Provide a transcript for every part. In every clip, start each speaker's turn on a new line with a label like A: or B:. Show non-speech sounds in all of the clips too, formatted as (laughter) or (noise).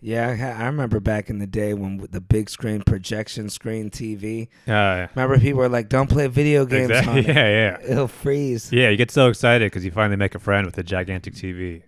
A: Yeah, I ha- I remember back in the day when w- the big screen projection screen TV.
B: Uh,
A: Remember, people were like, "Don't play video games
B: (laughs) exactly.
A: on it;
B: Yeah, yeah,
A: it'll freeze."
B: yeah. You get so excited because you finally make a friend with a gigantic TV,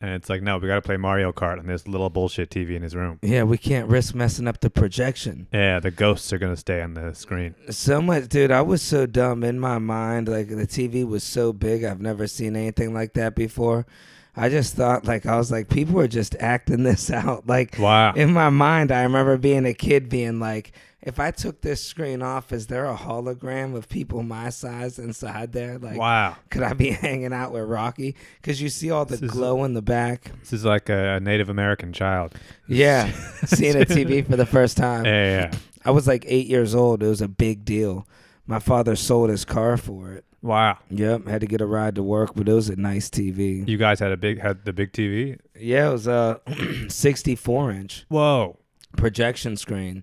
B: and it's like, no, we got to play Mario Kart on this little bullshit TV in his room.
A: Yeah, we can't risk messing up the projection.
B: Yeah, the ghosts are gonna stay on
A: (laughs)
B: the screen.
A: So much, dude. I was so dumb in my mind. Like the TV was so big. I've never seen anything like that before. I just thought, like, I was like, people are just acting (laughs) this out. Like,
B: Wow.
A: in my mind, I remember being a kid being like, if I took this screen off, is there a hologram of people my size inside there? Like,
B: wow.
A: could I be (laughs) hanging out with Rocky? Because you see all the
B: This is-
A: glow in the
B: (laughs)
A: back.
B: This is like a Native American child.
A: Yeah, seeing a TV for the first time.
B: Yeah, (laughs) yeah. yeah.
A: I was like eight years old. It was a big deal. My father sold his car for it.
B: Wow.
A: Yep, had to get a ride to work, but it was a nice TV.
B: You guys had a big had the big TV.
A: Yeah, it was a (clears throat) 64 inch
B: Whoa.
A: projection screen.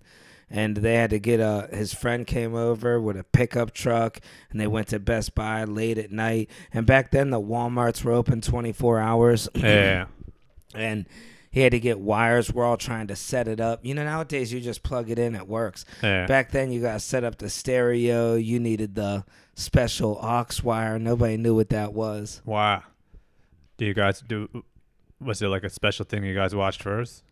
A: And they had to get a. His friend came over with a pickup truck, and they went to Best Buy late at night. And back then, the WalMarts were open 24 hours. (clears throat)
B: Yeah, yeah.
A: and he had to get wires. We're all trying to set it up. You know, nowadays you just plug it in, it works. (laughs)
B: yeah.
A: Back then, you got to set up the stereo. You needed the special aux wire. Nobody knew what that was.
B: Wow. Do you guys do? Was it like a special thing you guys watched first?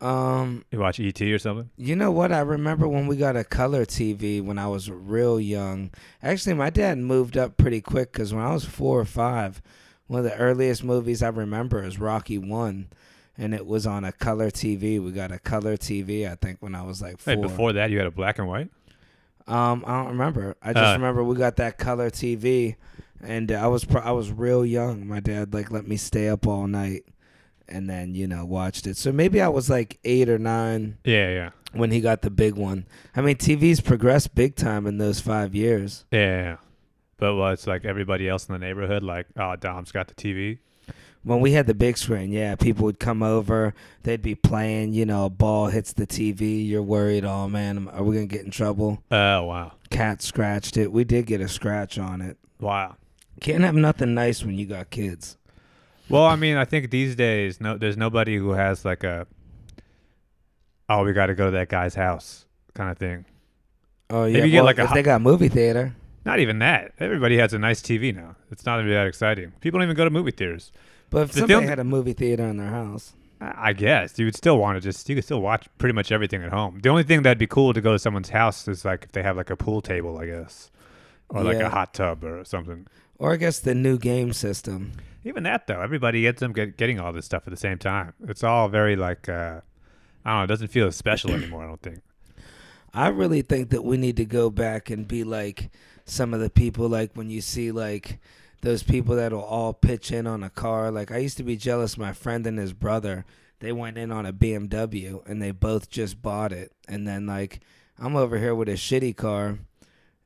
A: Um,
B: You watch ET or something?
A: you know what? I remember when we got a color TV when I was real young. Actually, my dad moved up pretty quick because when I was four or five, one of the earliest movies I remember is Rocky One. And it was on a color TV. We got a color TV, I think, when I was like four.
B: Wait, before that you had a black and white.
A: Um, I don't remember. I just
B: Uh.
A: remember we got that color TV, and I was pro- I was real young. My dad like let me stay up all night, and then you know watched it. So maybe I was like eight or nine
B: Yeah, yeah,
A: when he got the big one. I mean, TV's progressed big time in those five years.
B: yeah. yeah. But well, it's like everybody else in the neighborhood, like, oh, Dom's got the TV.
A: When we had the big screen, yeah, people would come over. They'd be playing. You know, a ball hits the TV. You're worried. Oh man, am- are we gonna get in trouble?
B: Oh, wow,
A: Cat scratched it. We did get a scratch on it.
B: wow.
A: Can't have nothing nice when you got kids.
B: Well, I mean, I think these days, no, there's nobody who has like a, oh, we got to go to that guy's house kind of thing.
A: Oh yeah,
B: Maybe you get,
A: well,
B: like, a
A: if
B: hot-
A: they got movie theater.
B: Not even that. Everybody has a nice TV now. It's not even that exciting. People don't even go to movie theaters.
A: But if
B: The
A: somebody
B: film-
A: had a movie theater in their house,
B: I I guess you would still want to just you could still watch pretty much everything at home. The only thing that'd be cool to go to someone's house is like if they have like a pool table, I guess, or like
A: Yeah.
B: a hot tub or something.
A: or I guess the new game system.
B: Even that though, everybody gets them get, getting all this stuff at the same time. It's all very like uh, I don't know. It doesn't feel as special anymore. I don't think.
A: I really think that we need to go back and be like some of the people, like when you see like those people that'll all pitch in on a car. Like I used to be jealous. My friend and his brother, they went in on a BMW and they both just bought it. And then like I'm over here with a shitty car,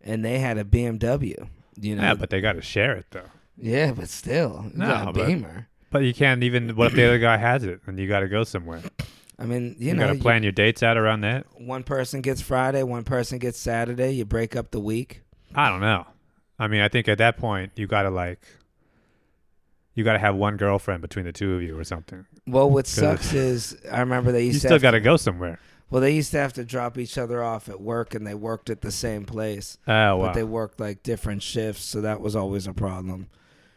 A: and they had a BMW. You know,
B: Yeah, but they got to share it though.
A: yeah, but still, you got
B: No,
A: a
B: but-
A: Beamer.
B: But you can't even. What if the other guy has it and you got to go somewhere?
A: I mean, you,
B: You,
A: know,
B: got to
A: you-
B: plan your dates out around that.
A: one person gets Friday, one person gets Saturday. You break up the week.
B: I don't know. I mean, I think at that point you got to like. You got to have one girlfriend between the two of you or something.
A: Well, what
B: Good.
A: sucks is I remember they used
B: you
A: to
B: still
A: have
B: got to go somewhere.
A: well they used to have to drop each other off at work, and they worked at the same place,
B: Oh
A: but they worked like different shifts, so that was always a problem.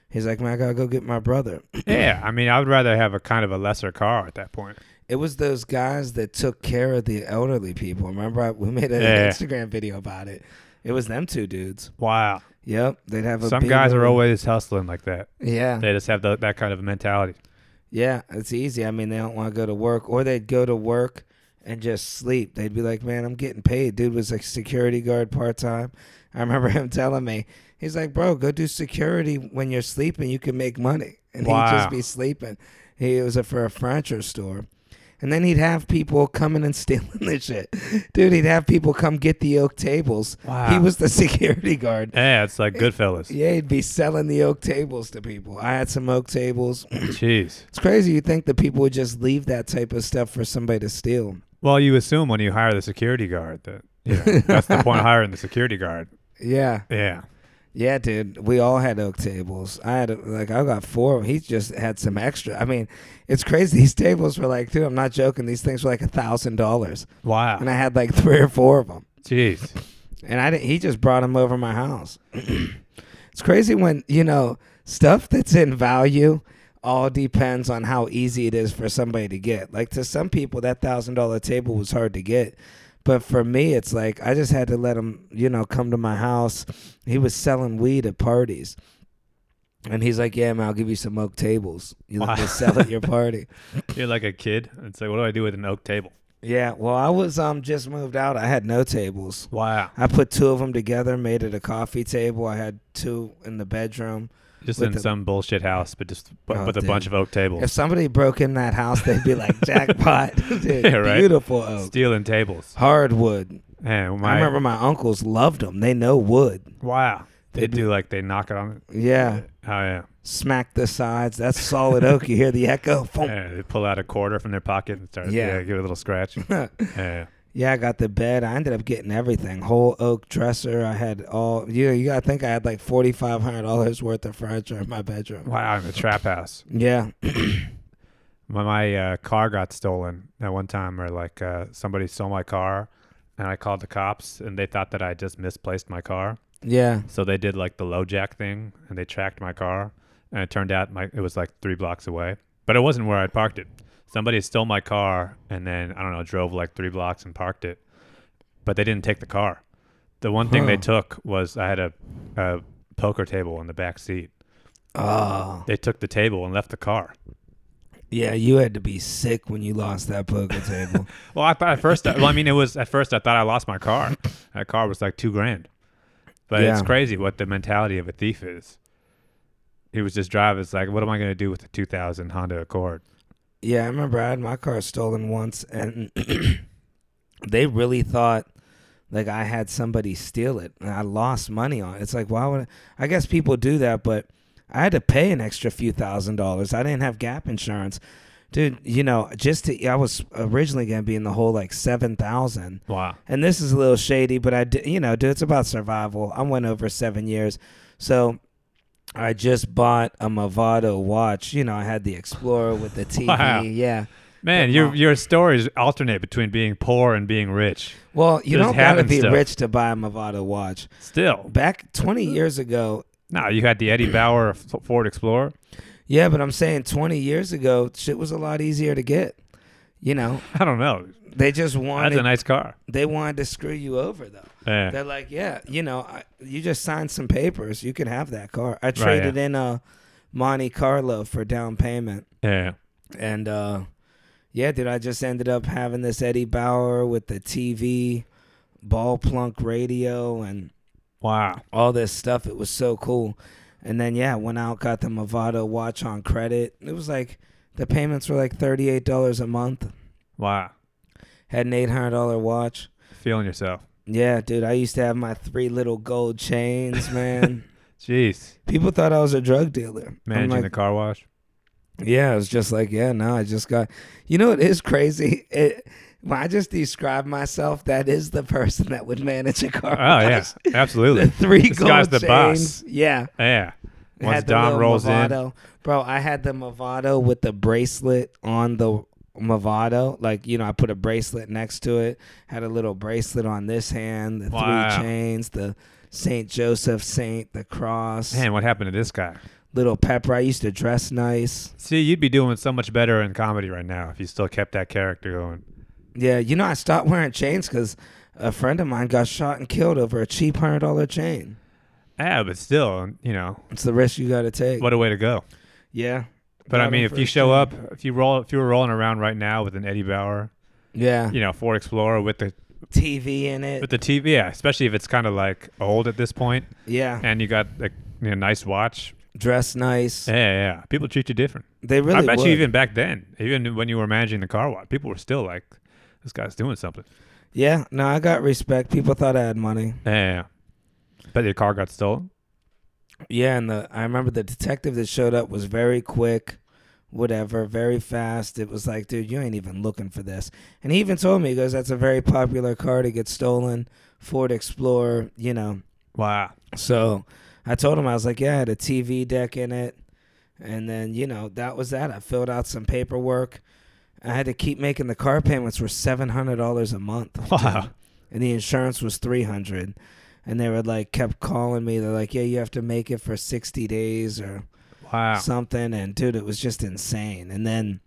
A: He's like, man, I gotta go get my brother.
B: yeah, I mean, I would rather have a kind of a lesser car at that point.
A: It was those guys that took care of the elderly people. Remember, I, we made an
B: Yeah.
A: Instagram video about it. It was them two dudes.
B: Wow,
A: Yep, they'd have a
B: some guys
A: beamer.
B: are always hustling like that.
A: yeah
B: They just have tho- that kind of mentality.
A: Yeah, it's easy. I mean, they don't want to go to work, or they'd go to work and just sleep. They'd be like, "Man, I'm getting paid." Dude was a security guard part time. I remember (laughs) him telling me, he's like, "Bro, go do security when you're sleeping. You can make money." And he'd
B: Wow.
A: just be sleeping. He was a, for a furniture store. And then he'd have people coming and (laughs) stealing this shit. Dude, he'd have people come get the oak tables.
B: Wow.
A: He was the (laughs) security guard.
B: (laughs) Yeah, it's like Goodfellas.
A: Yeah, he'd be selling the oak tables to people. I had some oak tables.
B: Jeez.
A: It's crazy. You think that people would just leave that type of stuff for somebody to steal?
B: Well, you assume when
A: (laughs)
B: you hire the security guard that you know, that's the point of hiring the security guard.
A: Yeah,
B: Yeah.
A: Yeah, dude, we all had oak tables. I had like I got four. He just had some extra. I mean, it's crazy. (laughs) These tables were like, dude, I'm not joking. These things were like a thousand dollars,
B: Wow.
A: and I had like three or four of them.
B: Jeez.
A: And I didn't. He just brought them over my house. (clears throat) it's crazy when you know stuff that's in value all depends on how easy it is for somebody to get. Like to some people, that thousand dollar table was hard to get. But for me, it's like I just had to let him, you know, come to my house. He was selling weed at parties. And he's like, Yeah, man, I'll give you some oak tables. You
B: Wow.
A: wow. sell at your party.
B: You're like a kid. It's like, what do I do with an oak table?
A: yeah, well, I was um just moved out. I had no tables.
B: Wow.
A: I put two of them together, made it a coffee table. I had two in the bedroom.
B: Just
A: With
B: in
A: the-
B: some bullshit house, but just but
A: Oh,
B: with a
A: dude.
B: bunch of oak tables.
A: If somebody broke in that house, they'd be
B: (laughs)
A: like, jackpot. Dude,
B: Yeah, right.
A: Beautiful oak.
B: Stealing tables.
A: Hardwood.
B: And my,
A: I remember my uncles loved them. They know wood.
B: wow. They
A: They'd be- Uh.
B: do like they knock it on.
A: Yeah.
B: Oh yeah.
A: Smack the sides. That's solid oak. You hear the
B: (laughs)
A: echo. Boom.
B: Yeah, they pull out a quarter from their pocket and start yeah,
A: Yeah.
B: give it a
A: (laughs)
B: little scratch. yeah.
A: Yeah, I got the bed. I ended up getting everything. Whole oak dresser. I had all, you know, you got to think I had like $4,500 worth of furniture in my bedroom.
B: Wow, in the trap house.
A: Yeah.
B: My my uh, car got stolen at one time, or like uh, somebody stole my car, and I called the cops, and they thought that I just misplaced my car,
A: Yeah.
B: so they did like the low jack thing, and they tracked my car, and it turned out my it was like three blocks away, but it wasn't where I parked it. Somebody stole my car, and then I don't know, drove like three blocks and parked it, but they didn't take the car. The one thing they
A: Huh.
B: took was I had a, a poker table in the back seat.
A: Oh.
B: They took the table and left the car.
A: Yeah, you had to be sick when you lost that poker table.
B: Well, I thought at first. well, I mean, it was at first. I thought I lost my car. That car was like two grand. But it's
A: Yeah.
B: crazy what the mentality of a thief is. He was just driving. It's like, what am I going to do with the 2000 Honda Accord?
A: yeah, I remember I had my car stolen once, and (clears throat) they really thought like I had somebody steal it, and I lost money on it. It's like why would I, I guess people do that, but I had to pay an extra few thousand dollars. I didn't have gap insurance, dude. You know, just to, I was originally gonna be in the hole like seven thousand.
B: Wow.
A: and this is a little shady, but I did, you know, dude, it's about survival. I went over seven years, so I just bought a Movado watch. You know, I had the Explorer with
B: (laughs)
A: the TV.
B: Wow.
A: Yeah.
B: Man,
A: But
B: your
A: mom-
B: your stories alternate between being poor and being rich.
A: Well, you
B: Just
A: don't gotta
B: having
A: be
B: stuff.
A: rich to buy a Movado watch.
B: Still,
A: Back 20 years ago,
B: no, you had the Eddie Bauer F- Ford Explorer.
A: yeah, but I'm saying 20 years ago, shit was a lot easier to get. You know,
B: I don't know.
A: they just
B: That's
A: wanted
B: a nice car.
A: they wanted to screw you over though.
B: Yeah.
A: They're like, yeah, you know, I, you just signed some papers. You can have that car. I
B: yeah.
A: traded in a Monte Carlo for down payment,
B: Yeah.
A: and uh, yeah, dude, I just ended up having this Eddie Bauer with the TV, ball plunk radio, and
B: Wow.
A: all this stuff. It was so cool. And then yeah, went out, got the Movado watch on credit. It was like the payments were like thirty eight dollars a month.
B: Wow.
A: Had an eight hundred dollar watch.
B: Feeling yourself.
A: Yeah, dude, I used to have my three little gold chains, man.
B: Jeez.
A: People thought I was a drug dealer. I'm
B: Managing
A: like,
B: the
A: (laughs)
B: car wash.
A: yeah, I was just like, yeah, no, I just got. You know, it is crazy. (laughs) It, when I just describe myself, that is the person that would manage a car.
B: Oh yeah,
A: wash. (laughs) the
B: absolutely.
A: three
B: This
A: gold
B: guy's the boss.
A: chains. Yeah,
B: Yeah.
A: I
B: Once
A: had the
B: Dom
A: little
B: rolls in.
A: Movado. bro, I had the Movado with the bracelet on the Movado. Like, you know, I put a bracelet next to it. Had a little bracelet on this hand. The
B: Wow.
A: three chains. The Saint Joseph, Saint the cross.
B: Man, what happened to this guy?
A: Little pepper. I used to dress nice.
B: See, you'd be doing so much better in comedy right now if you still kept that character going.
A: Yeah, you know, I stopped wearing chains because a friend of mine got shot and killed over a cheap hundred dollar chain.
B: Yeah, but still, you know,
A: It's the risk you got to take.
B: what a way to go.
A: Yeah.
B: But I
A: Got
B: mean,
A: him
B: if
A: for
B: you
A: his
B: show
A: chain.
B: up, if you roll, if you were rolling around right now with an Eddie Bauer,
A: Yeah.
B: you know, Ford Explorer with the
A: TV in it.
B: with the TV, yeah, especially if it's kind of like old at this point,
A: yeah.
B: and you got a you know, nice watch,
A: Dress nice.
B: yeah, yeah, people treat you different.
A: They really.
B: I bet
A: would.
B: you even back then, even when you were managing the car lot, people were still like, "This guy's doing something."
A: Yeah. No, I got respect. People thought I had money.
B: Yeah, yeah, yeah. But your car got stolen.
A: Yeah, and the I remember the detective that showed up was very quick, whatever, very fast. It was like, dude, you ain't even looking for this. And he even told me, he goes, that's a very popular car to get stolen, Ford Explorer. You know.
B: Wow. (laughs)
A: So I told him I was like, yeah, I had a TV deck in it, and then you know that was that. I filled out some paperwork. I had to keep making the car payments were seven hundred dollars a month,
B: (laughs) Wow.
A: and the insurance was three hundred. And they were like kept calling me. They're like, yeah, you have to make it for sixty days or
B: Wow.
A: something and dude it was just insane and then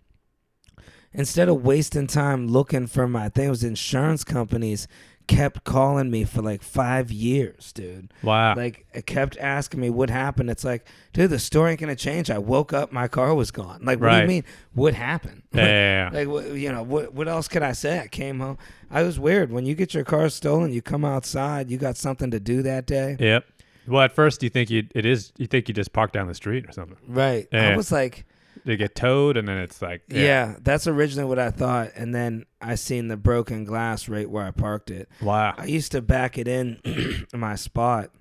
A: instead of wasting time looking for my I think it was insurance companies kept calling me for like five years dude
B: Wow.
A: like it kept asking me what happened it's like dude the story ain't gonna change i woke up my car was gone like what do you
B: Right. Ah.
A: mean what happened
B: yeah, yeah, yeah.
A: like what, you know what what else could i say i came home i was weird when you get your car stolen you come outside you got something to do that day
B: Yep. Well, at first you think you it is you think you just park down the street or something.
A: right i
B: Yeah.
A: was like
B: They get towed and then it's like
A: Yeah. that's originally what I thought, and then I seen the broken glass right where I parked it.
B: Wow.
A: I used to back it in (clears throat) my spot,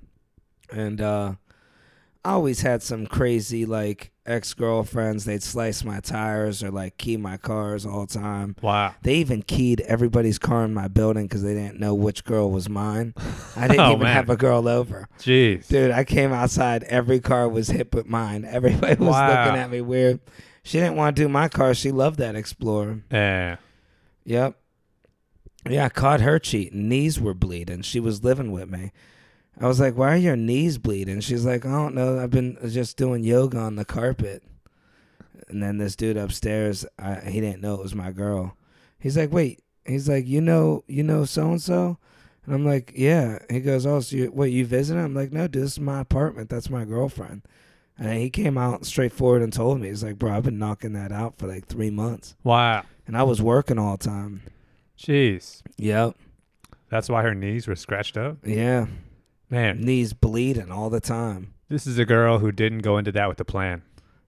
A: and uh, I always had some crazy like ex girlfriends. They'd slice my tires or like key my cars all the time.
B: Wow.
A: They even keyed everybody's car in my building because they didn't know which girl was mine. I didn't
B: (laughs) Oh,
A: even
B: man.
A: have a girl over.
B: Jeez.
A: Dude, I came outside. Every car was hit but mine. (laughs) Everybody was
B: Wow.
A: looking at me weird. She didn't want to do my car. She loved that Explorer.
B: Yeah.
A: Yep. Yeah, I caught her cheating. Knees were bleeding. She was living with me. I was like, "Why are your knees bleeding?" She's like, "I don't know. I've been just doing yoga on the carpet." And then this dude upstairs, I, he didn't know it was my girl. He's like, "Wait." He's like, "You know, you know so and so." And I'm like, "Yeah." He goes, "Oh, so you, what? You visiting?" I'm like, "No, dude. This is my apartment. That's my girlfriend." And he came out straight forward and told me, "He's like, bro, I've been knocking that out for like three months,
B: Wow.
A: and I was working all the time."
B: Jeez.
A: Yep.
B: That's why her knees were scratched up.
A: Yeah.
B: Man,
A: Knees bleeding all the time.
B: this is a girl who didn't go into that with a plan.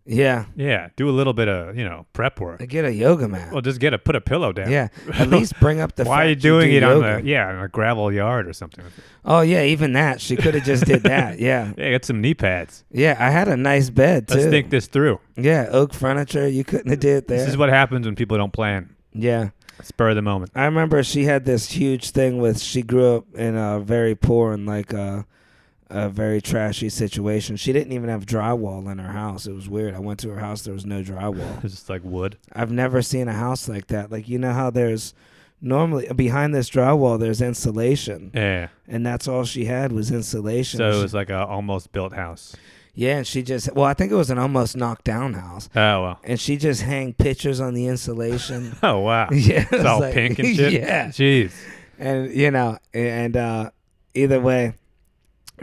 A: Yeah.
B: Yeah, do a little bit of you know prep work.
A: I get a yoga mat.
B: Well, just get a put a pillow down.
A: yeah.
B: (laughs)
A: At least bring up the
B: Why are
A: fact
B: you doing
A: do
B: it
A: yoga.
B: on the yeah on a gravel yard or something?
A: Oh yeah, even that. She could have just did
B: (laughs)
A: that. Yeah.
B: Yeah, get some knee pads.
A: Yeah. I had a nice bed too.
B: Let's think this through.
A: yeah, oak furniture. You couldn't have did there.
B: This is what happens when people don't plan.
A: yeah.
B: Spur of the moment.
A: I remember she had this huge thing with she grew up in a very poor and like a, a very trashy situation. She didn't even have drywall in her house. It was weird. I went to her house, there was no drywall.
B: It's just like wood.
A: I've never seen a house like that. Like you know how there's normally behind this drywall there's insulation,
B: Yeah.
A: and that's all she had was insulation.
B: So
A: She-
B: it was like a almost built house.
A: yeah, and she just well, I think it was an almost knocked down house,
B: Oh well. (laughs)
A: and she just hang pictures on the insulation. (laughs)
B: Oh wow.
A: yeah,
B: It's all
A: (laughs)
B: pink and shit.
A: Yeah,
B: Jeez.
A: and you know, and uh, either way,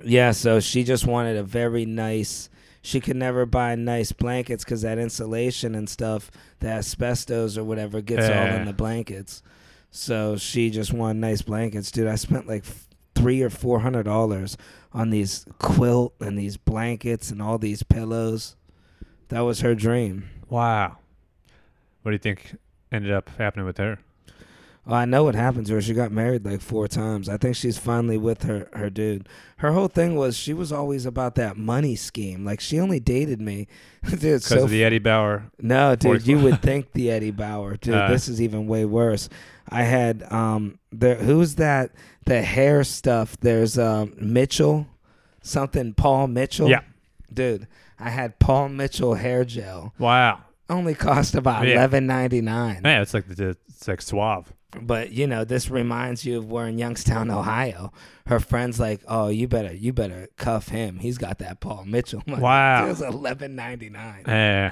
A: yeah. So she just wanted a very nice. She could never buy nice blankets because that insulation and stuff, the asbestos or whatever, gets all
B: Yeah.
A: in the blankets. So she just wanted nice blankets, dude. I spent like f- three or four hundred dollars on these quilt and these blankets and all these pillows. That was her dream.
B: Wow. What do you think ended up happening with her?
A: Oh, I know what happened to her. She got married like four times. I think she's finally with her her dude. Her whole thing was she was always about that money scheme. Like she only dated me, (laughs) dude.
B: Because
A: So
B: of the Eddie Bauer.
A: no, dude,
B: Forced-
A: you
B: (laughs)
A: would think the Eddie Bauer, dude.
B: Uh.
A: this is even way worse. I had um, there. Who's that? The hair stuff. There's um Mitchell, something Paul Mitchell.
B: Yeah.
A: dude. I had Paul Mitchell hair gel.
B: Wow.
A: Only cost about
B: Yeah.
A: eleven ninety nine.
B: Yeah, it's like the- the it's like suave.
A: but you know this reminds you of we're in youngstown ohio her friends like oh you better you better cuff him he's got that paul mitchell money. (laughs)
B: Wow.
A: it was 11.99
B: Yeah.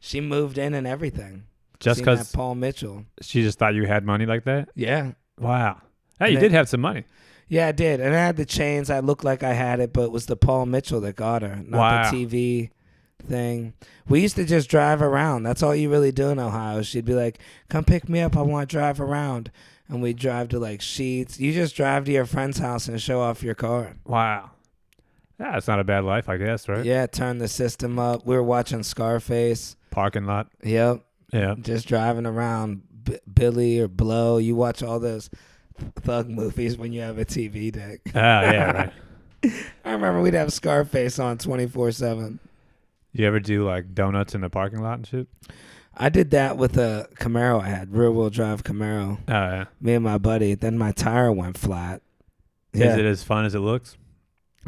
A: she moved in and everything
B: Just
A: Seen
B: because
A: that paul mitchell
B: she just thought you had money like that.
A: yeah
B: Wow. Hey,
A: And
B: you
A: then-
B: did have some money.
A: yeah i did and i had the chains i looked like i had it but it was the paul mitchell that got her not
B: Wow.
A: the tv thing we used to just drive around that's all you really do in ohio she'd be like come pick me up i want to drive around and we drive to like sheets you just drive to your friend's house and show off your car
B: Wow. Yeah, it's not a bad life, I guess, right?
A: Yeah, turn the system up. We were watching Scarface.
B: Parking lot.
A: Yep, (laughs)
B: Yeah.
A: just driving around B- Billy or Blow. You watch all those thug movies when you have a TV deck. (laughs)
B: Ah, yeah, right.
A: I remember we'd have Scarface on 24/7.
B: You ever do like donuts in the parking lot and shit?
A: I did that with a Camaro I had, rear wheel drive Camaro.
B: Oh, yeah.
A: Me and my buddy. Then my tire went flat.
B: Is
A: Yeah.
B: it as fun as it looks?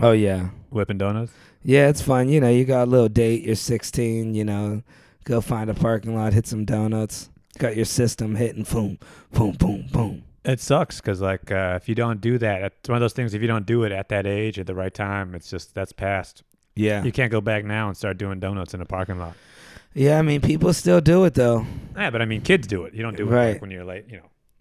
A: Oh yeah.
B: Whipping donuts.
A: Yeah, it's fun. You know, you got a little date. You're 16. You know, go find a parking lot, hit some donuts. Got your system hitting. Boom, boom, boom, boom.
B: It sucks because like uh, if you don't do that, it's one of those things. If you don't do it at that age at the right time, it's just that's past.
A: Yeah.
B: You can't go back now and start doing donuts in a parking lot.
A: Yeah, I mean, people still do it though.
B: Yeah, but I mean, kids do it. You don't do it
A: Right.
B: like when you're late, you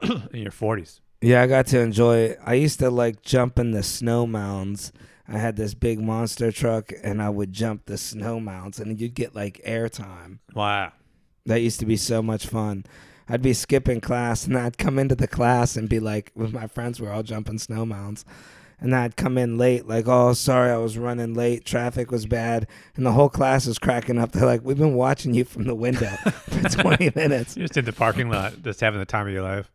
B: know, (clears throat) in your forties.
A: Yeah, I got to enjoy it. I used to like jump in the snow mounds. I had this big monster truck, and I would jump the snow mounds, and you'd get like airtime.
B: Wow.
A: That used to be so much fun. I'd be skipping class, and I'd come into the class and be like, (laughs) with my friends, we're all jumping snow mounds. And I'd come in late, like, oh, sorry, I was running late. Traffic was bad. And the whole class was cracking up. They're like, we've been watching you from the window for 20 minutes.
B: You just in the parking lot, just having the time of your life.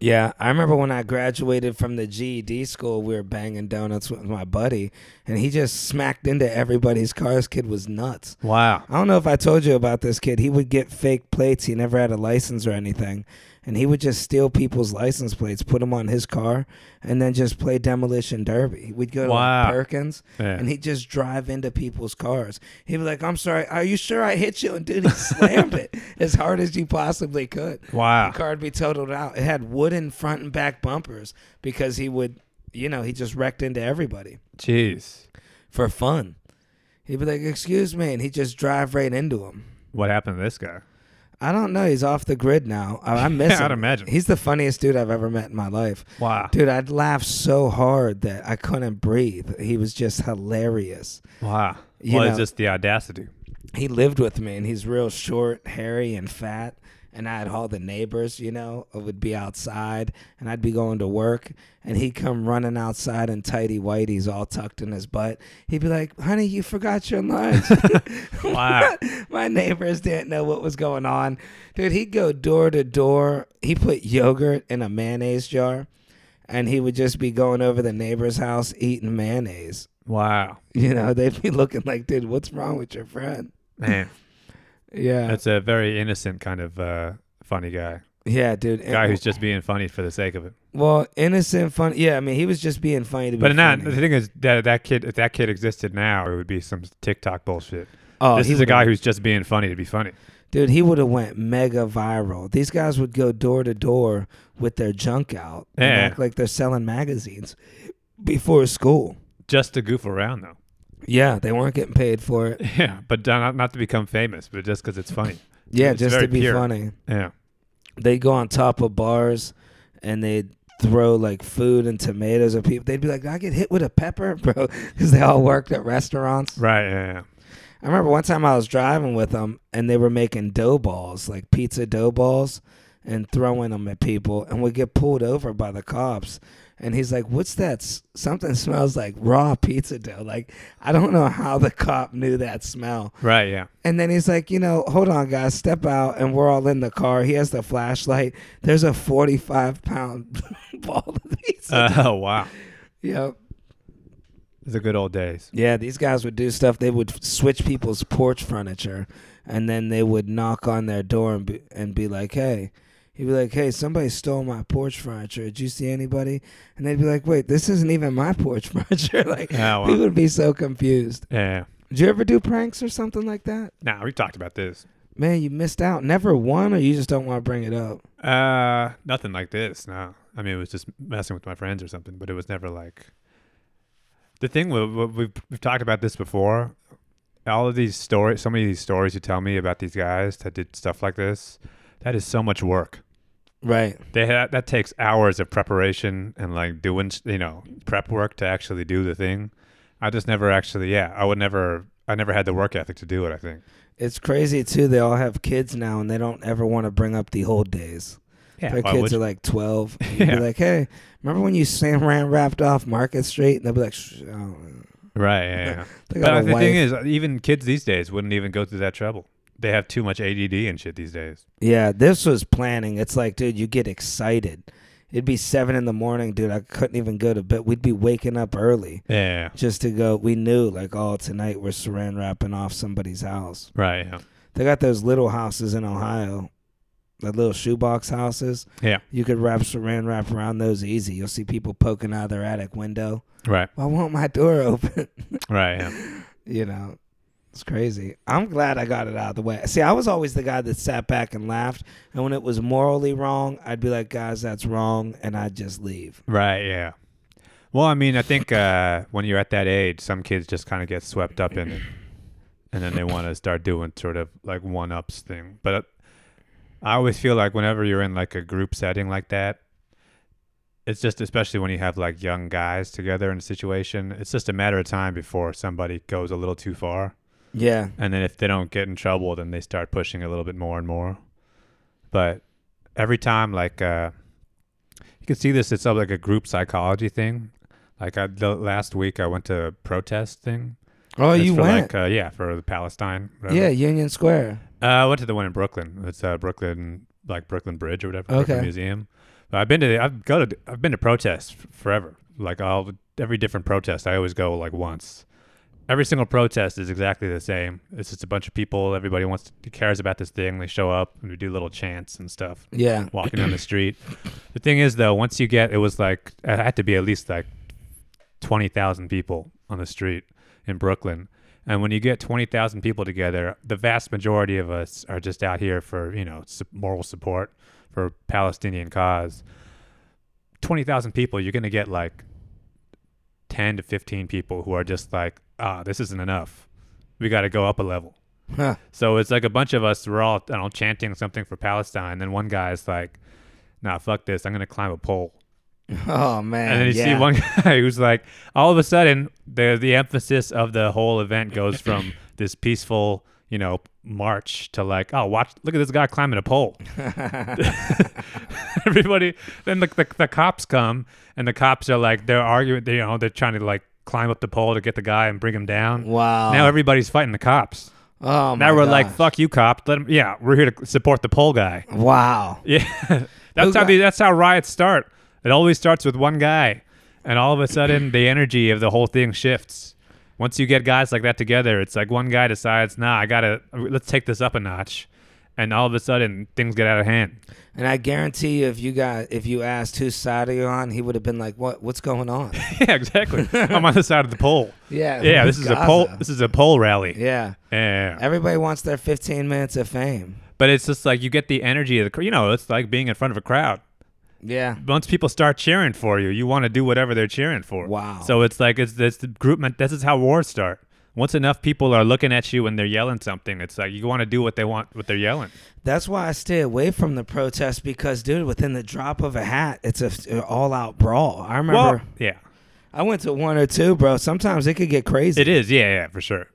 A: Yeah, I remember when I graduated from the GED school, we were banging donuts with my buddy, and he just smacked into everybody's car. This kid was nuts.
B: Wow.
A: I don't know if I told you about this kid. He would get fake plates. He never had a license or anything. And he would just steal people's license plates, put them on his car, and then just play demolition derby. We'd go to like,
B: Wow.
A: Perkins,
B: Yeah.
A: and he'd just drive into people's cars. He'd be like, "I'm sorry, are you sure I hit you?" And dude, he slammed it (laughs) as hard as you possibly could.
B: Wow.
A: The car would be totaled out. It had wooden front and back bumpers because he would, you know, he just wrecked into everybody
B: Jeez.
A: for fun. He'd be like, "Excuse me," and he'd just drive right into him.
B: What happened to this guy?
A: I don't know. He's off the grid now. I, I miss
B: Yeah,
A: him.
B: (laughs) I'd imagine. Ah.
A: He's the funniest dude I've ever met in my life.
B: Wow.
A: Dude, I'd laugh so hard that I couldn't breathe. He was just hilarious.
B: Wow.
A: You
B: well, it's
A: know-
B: just the audacity.
A: He lived with me, and he's real short, hairy, and fat. And I had all the neighbors, you know, I would be outside, and I'd be going to work, and he'd come running outside in tidy whities, all tucked in his butt. He'd be like, "Honey, you forgot your lunch."
B: Wow.
A: (laughs) My neighbors didn't know what was going on. Dude, he'd go door to door. He put yogurt in a mayonnaise jar and he would just be going over the neighbor's house eating mayonnaise.
B: wow.
A: You know, (laughs) they'd be looking like, dude, what's wrong with your friend?
B: Man,
A: Yeah.
B: that's a very innocent kind of uh, funny guy.
A: yeah, dude. And-
B: Guy who's just being funny for the sake of it.
A: well, innocent, funny. Yeah, I mean, he was just being funny to be
B: But not the
A: funny.
B: thing is that that kid if that kid existed now, it would be some TikTok bullshit.
A: Oh,
B: this
A: he
B: is a
A: would've-
B: guy who's just being funny to be funny.
A: Dude, he would have went mega viral. These guys would go door to door with their junk out and
B: Yeah.
A: act like they're selling magazines before school.
B: Just to goof around though. (laughs)
A: Yeah, they weren't getting paid for it.
B: Yeah, but not, not to become famous, but just because
A: (laughs)
B: it's funny.
A: Yeah,
B: It's
A: just to
B: very
A: be
B: pure.
A: funny.
B: Yeah.
A: They'd go on top of bars and they'd throw like food and tomatoes at people. They'd be like, "Did I get hit with a pepper, (laughs) bro, because they all worked at restaurants.
B: Right. Yeah. yeah.
A: I remember one time I was driving with them and they were making dough balls, like pizza dough balls, and throwing them at people. And we get pulled over by the cops. And he's like, What's that? S- Something smells like raw pizza dough. Like, I don't know how the cop knew that smell.
B: Right.
A: (laughs)
B: Yeah. (laughs)
A: And then he's like, you know, hold on, guys, step out. And we're all in the car. He has the flashlight. There's a 45 pound (laughs) ball of pizza.
B: Uh, oh wow.
A: yep.
B: It's the good old days.
A: Yeah, these guys would do stuff. They would switch people's porch furniture, and then they would knock on their door and be, and be like, "Hey," he'd be like, "Hey, somebody stole my porch furniture. Did you see anybody?" And they'd be like, "Wait, this isn't even my porch (laughs) furniture." like,
B: Yeah, wow.
A: we would be so confused.
B: Yeah.
A: Did you ever do pranks or something like that?
B: Now nah, we've talked about this.
A: Man, you missed out. Never one, or you just don't want to bring it up.
B: Uh, nothing like this. No, I mean it was just messing with my friends or something, but it was never like. The thing we- we- we've we've talked about this before. All of these stories, so many of these stories you tell me about these guys that did stuff like this, that is so much work.
A: Right.
B: They ha- that takes hours of preparation and like doing s- you know prep work to actually do the thing. I just never actually, yeah, I would never, I never had the work ethic to do it. I think.
A: It's crazy too. They all have kids now, and they don't ever want to bring up the old days.
B: Yeah,
A: Their
B: why would
A: kids are
B: you?
A: like twelve.
B: (laughs)
A: And You'd
B: Yeah.
A: be like, "Hey, remember when you Sam Ran wrapped off Market Street?" And they'll be like, Shh, I don't know.
B: right. Yeah, yeah. yeah.
A: "They got
B: But
A: a
B: the
A: wife."
B: thing is, even kids these days wouldn't even go through that trouble. They have too much ADD and shit these days.
A: yeah, this was planning. It's like, dude, you get excited. It'd be seven in the morning, dude. I couldn't even go to bed. We'd be waking up early
B: Yeah.
A: just to go. We knew, like, oh, tonight we're saran wrapping off somebody's house.
B: Right. Yeah.
A: They got those little houses in Ohio the little shoebox houses.
B: Yeah.
A: You could wrap saran wrap around those easy. You'll see people poking out of their attic window.
B: Right.
A: Why won't my door (laughs) open?
B: Right. Yeah.
A: you know, it's crazy. I'm glad I got it out of the way. See, I was always the guy that sat back and laughed, and when it was morally wrong, I'd be like, "Guys, that's wrong," and I'd just leave.
B: Right. Yeah. Well, I mean, I think uh, when you're at that age, some kids just kind of get swept up in it, and then they want to start doing sort of like one ups thing. But uh, I always feel like whenever you're in like a group setting like that, it's just especially when you have like young guys together in a situation, it's just a matter of time before somebody goes a little too far.
A: Yeah,
B: And then if they don't get in trouble, then they start pushing a little bit more and more. But every time, like, uh, you can see this, it's uh, like a group psychology thing. Like, I, the last week I went to a protest thing.
A: Oh,
B: It's
A: you
B: for
A: went?
B: Like, uh, yeah, for Palestine. whatever.
A: yeah, Union Square.
B: Uh, I went to the one in Brooklyn. It's uh, Brooklyn, like Brooklyn Bridge or whatever, Brooklyn
A: Okay.
B: Museum. But I've been to, I've go to, I've been to protests f- forever. Like all every different protest, I always go like once. Every single protest is exactly the same. It's just a bunch of people. Everybody wants to, cares about this thing. They show up and we do little chants and stuff
A: Yeah,
B: walking down the street. The thing is, though, once you get, it was like it had to be at least like twenty thousand people on the street in Brooklyn. And when you get twenty thousand people together, the vast majority of us are just out here for you know su- moral support for Palestinian cause. Twenty thousand people, you're gonna get like ten to fifteen people who are just like, ah, this isn't enough. We got to go up a level.
A: huh.
B: So it's like a bunch of us were all I don't know, chanting something for Palestine. And then one guy's like, nah, fuck this. I'm going to climb a pole.
A: Oh man,
B: And then you
A: yeah.
B: see one (laughs) guy who's like, all of a sudden, the, the emphasis of the whole event
A: (laughs)
B: goes from this peaceful, you know, march to like, oh, watch, look at this guy climbing a pole. (laughs) Everybody, then the, the, the cops come and the cops are like, they're arguing, they, you know, they're trying to like climb up the pole to get the guy and bring him
A: (laughs)
B: down.
A: Wow.
B: Now everybody's fighting the cops.
A: oh my
B: Now we're like,
A: gosh.
B: fuck you, cop. Let him, yeah, we're here to support the pole guy.
A: Wow.
B: Yeah, (laughs) that's how
A: got-
B: the, that's how riots start. It always starts with one guy, and all of a sudden the energy of the whole thing shifts. Once you get guys like that together, it's like one guy decides, nah, I gotta let's take this up a notch, and all of a sudden things get out of hand. (laughs)
A: And I guarantee you, if you got if you asked whose side are you on, he would have been like, "What? What's going
B: (laughs)
A: on?"
B: yeah,
A: (laughs)
B: exactly. I'm on the side of the pole.
A: Yeah.
B: Yeah, this is a pole.
A: Gaza.
B: This is a pole rally.
A: Yeah.
B: Yeah.
A: Everybody wants their 15 minutes of fame.
B: but it's just like you get the energy of the cr- you know it's like being in front of a crowd.
A: Yeah.
B: once people start cheering for you, you want to do whatever they're cheering for.
A: Wow.
B: So it's like it's this group. men- This is how wars start. Once enough people are looking at you and they're yelling something, it's like you want to do what they want, what they're yelling.
A: That's why I stay away from the protests because, dude, within the drop of a hat, it's a all out brawl. I remember
B: Well, yeah,
A: I went to one or two, bro. Sometimes it could get crazy.
B: it is. Yeah, yeah, for sure.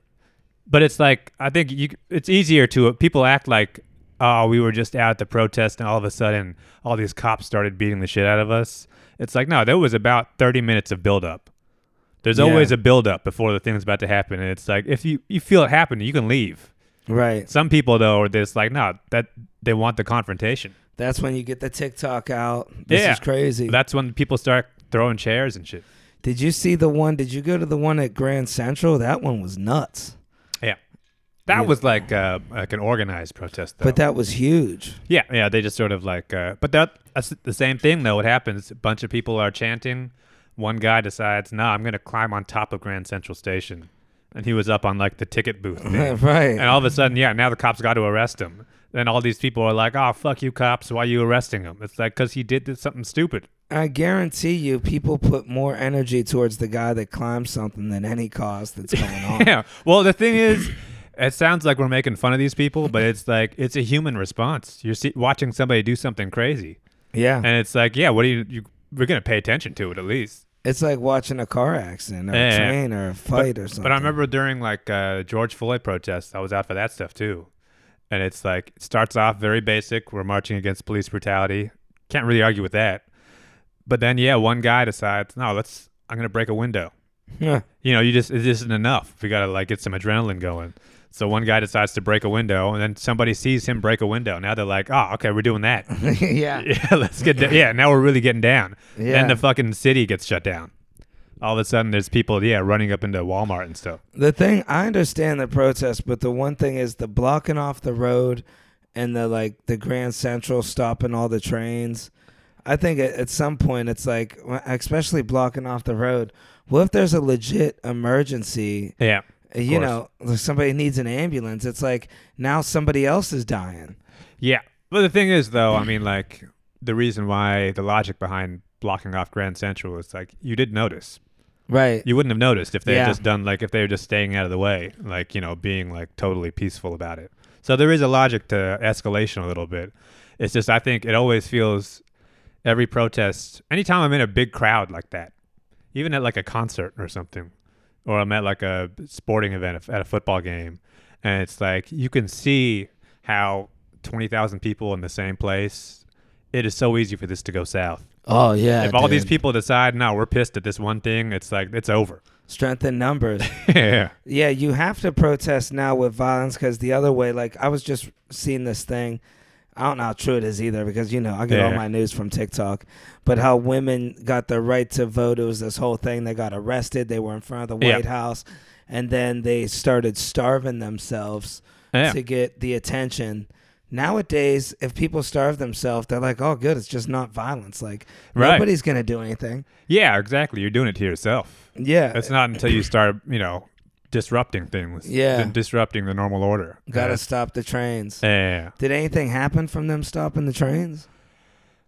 B: But it's like I think you. It's easier to people act like, oh, we were just out at the protest, and all of a sudden, all these cops started beating the shit out of us. It's like no, there was about thirty minutes of buildup. There's
A: Yeah.
B: always a buildup before the thing's about to happen, and it's like if you you feel it happening, you can leave.
A: right.
B: Some people though are just like, no, that they want the confrontation.
A: That's when you get the TikTok out. This
B: Yeah.
A: is crazy.
B: That's when people start throwing chairs and shit.
A: did you see the one? Did you go to the one at Grand Central? That one was nuts.
B: Yeah, that
A: Yeah.
B: was like uh, like an organized protest. Though.
A: But that was
B: (laughs)
A: huge.
B: yeah, yeah, they just sort of like, uh, but that that's the same thing though. It happens. A bunch of people are chanting. One guy decides, nah, I'm gonna climb on top of Grand Central Station, and he was up on like the ticket
A: (laughs)
B: booth. thing.
A: right.
B: And all of a sudden, yeah, now the cops got to arrest him. Then all these people are like, oh, fuck you, cops. Why are you arresting him? It's like, because he did this- something stupid.
A: I guarantee you, people put more energy towards the guy that climbs something than any cause that's going on.
B: (laughs) Yeah. Well, the
A: (coughs)
B: thing is, it sounds like we're making fun of these people, but it's like it's a human response. You're see- watching somebody do
A: (laughs)
B: something crazy,
A: yeah.
B: and it's like, yeah, what do you? you we're gonna pay attention to it at least.
A: It's like watching a car accident or
B: Yeah.
A: a train or a fight or something.
B: But I remember during like uh, George Floyd protests, I was out for that stuff too, and it's like it starts off very basic. We're marching against police brutality. Can't really argue with that. But then, yeah, one guy decides, no, let's. I'm gonna break a window.
A: (laughs) Yeah.
B: you know, you just it isn't enough. We gotta like get some adrenaline going. So one guy decides to break a window, and then somebody sees him break a window. Now they're like, "Oh, okay, we're doing that. (laughs)
A: (laughs) yeah.
B: yeah, let's get da- yeah." Now we're really getting down. Then
A: Yeah.
B: the fucking city gets shut down. All of a sudden, there's people yeah running up into Walmart and stuff.
A: The thing I understand the protest, but the one thing is the blocking off the road and the like the Grand Central stopping all the trains. I think at, at some point it's like, especially blocking off the road. What if there's a legit emergency?
B: Yeah.
A: You
B: course.
A: know, like somebody needs an ambulance. It's like now somebody else is dying.
B: Yeah. But the thing is, though, I mean, like, the reason why the logic behind blocking off Grand Central is like, you did notice.
A: Right.
B: You wouldn't have noticed if they
A: Yeah.
B: had just done, like, if they were just staying out of the way, like, you know, being, like, totally peaceful about it. So there is a logic to escalation a little bit. It's just, I think it always feels every protest, anytime I'm in a big crowd like that, even at like a concert or something, or I'm at like a sporting event at a football game, and it's like you can see how 20,000 people in the same place, it is so easy for this to go south.
A: oh yeah.
B: if all these
A: dude.
B: people decide, no, we're pissed at this one thing, it's like, it's over.
A: strength in numbers.
B: yeah.
A: (laughs) Yeah, you have to protest now with violence because the other way, like I was just seeing this thing. I don't know how true it is either because you know I get all
B: Yeah.
A: my news from TikTok, but how women got the right to vote. It was this whole thing. They got arrested. They were in front of the
B: Yeah.
A: White House, and then they started starving themselves
B: Yeah.
A: to get the attention. Nowadays, if people starve themselves, they're like, "Oh, good, it's just not violence. Like
B: Right.
A: nobody's gonna do anything."
B: Yeah, exactly. You're doing it to yourself.
A: Yeah,
B: It's not until you start, you know, disrupting things.
A: uh, Yeah.
B: di- disrupting the normal order.
A: gotta
B: Uh,
A: stop the trains.
B: Yeah.
A: Did anything happen from them stopping the trains?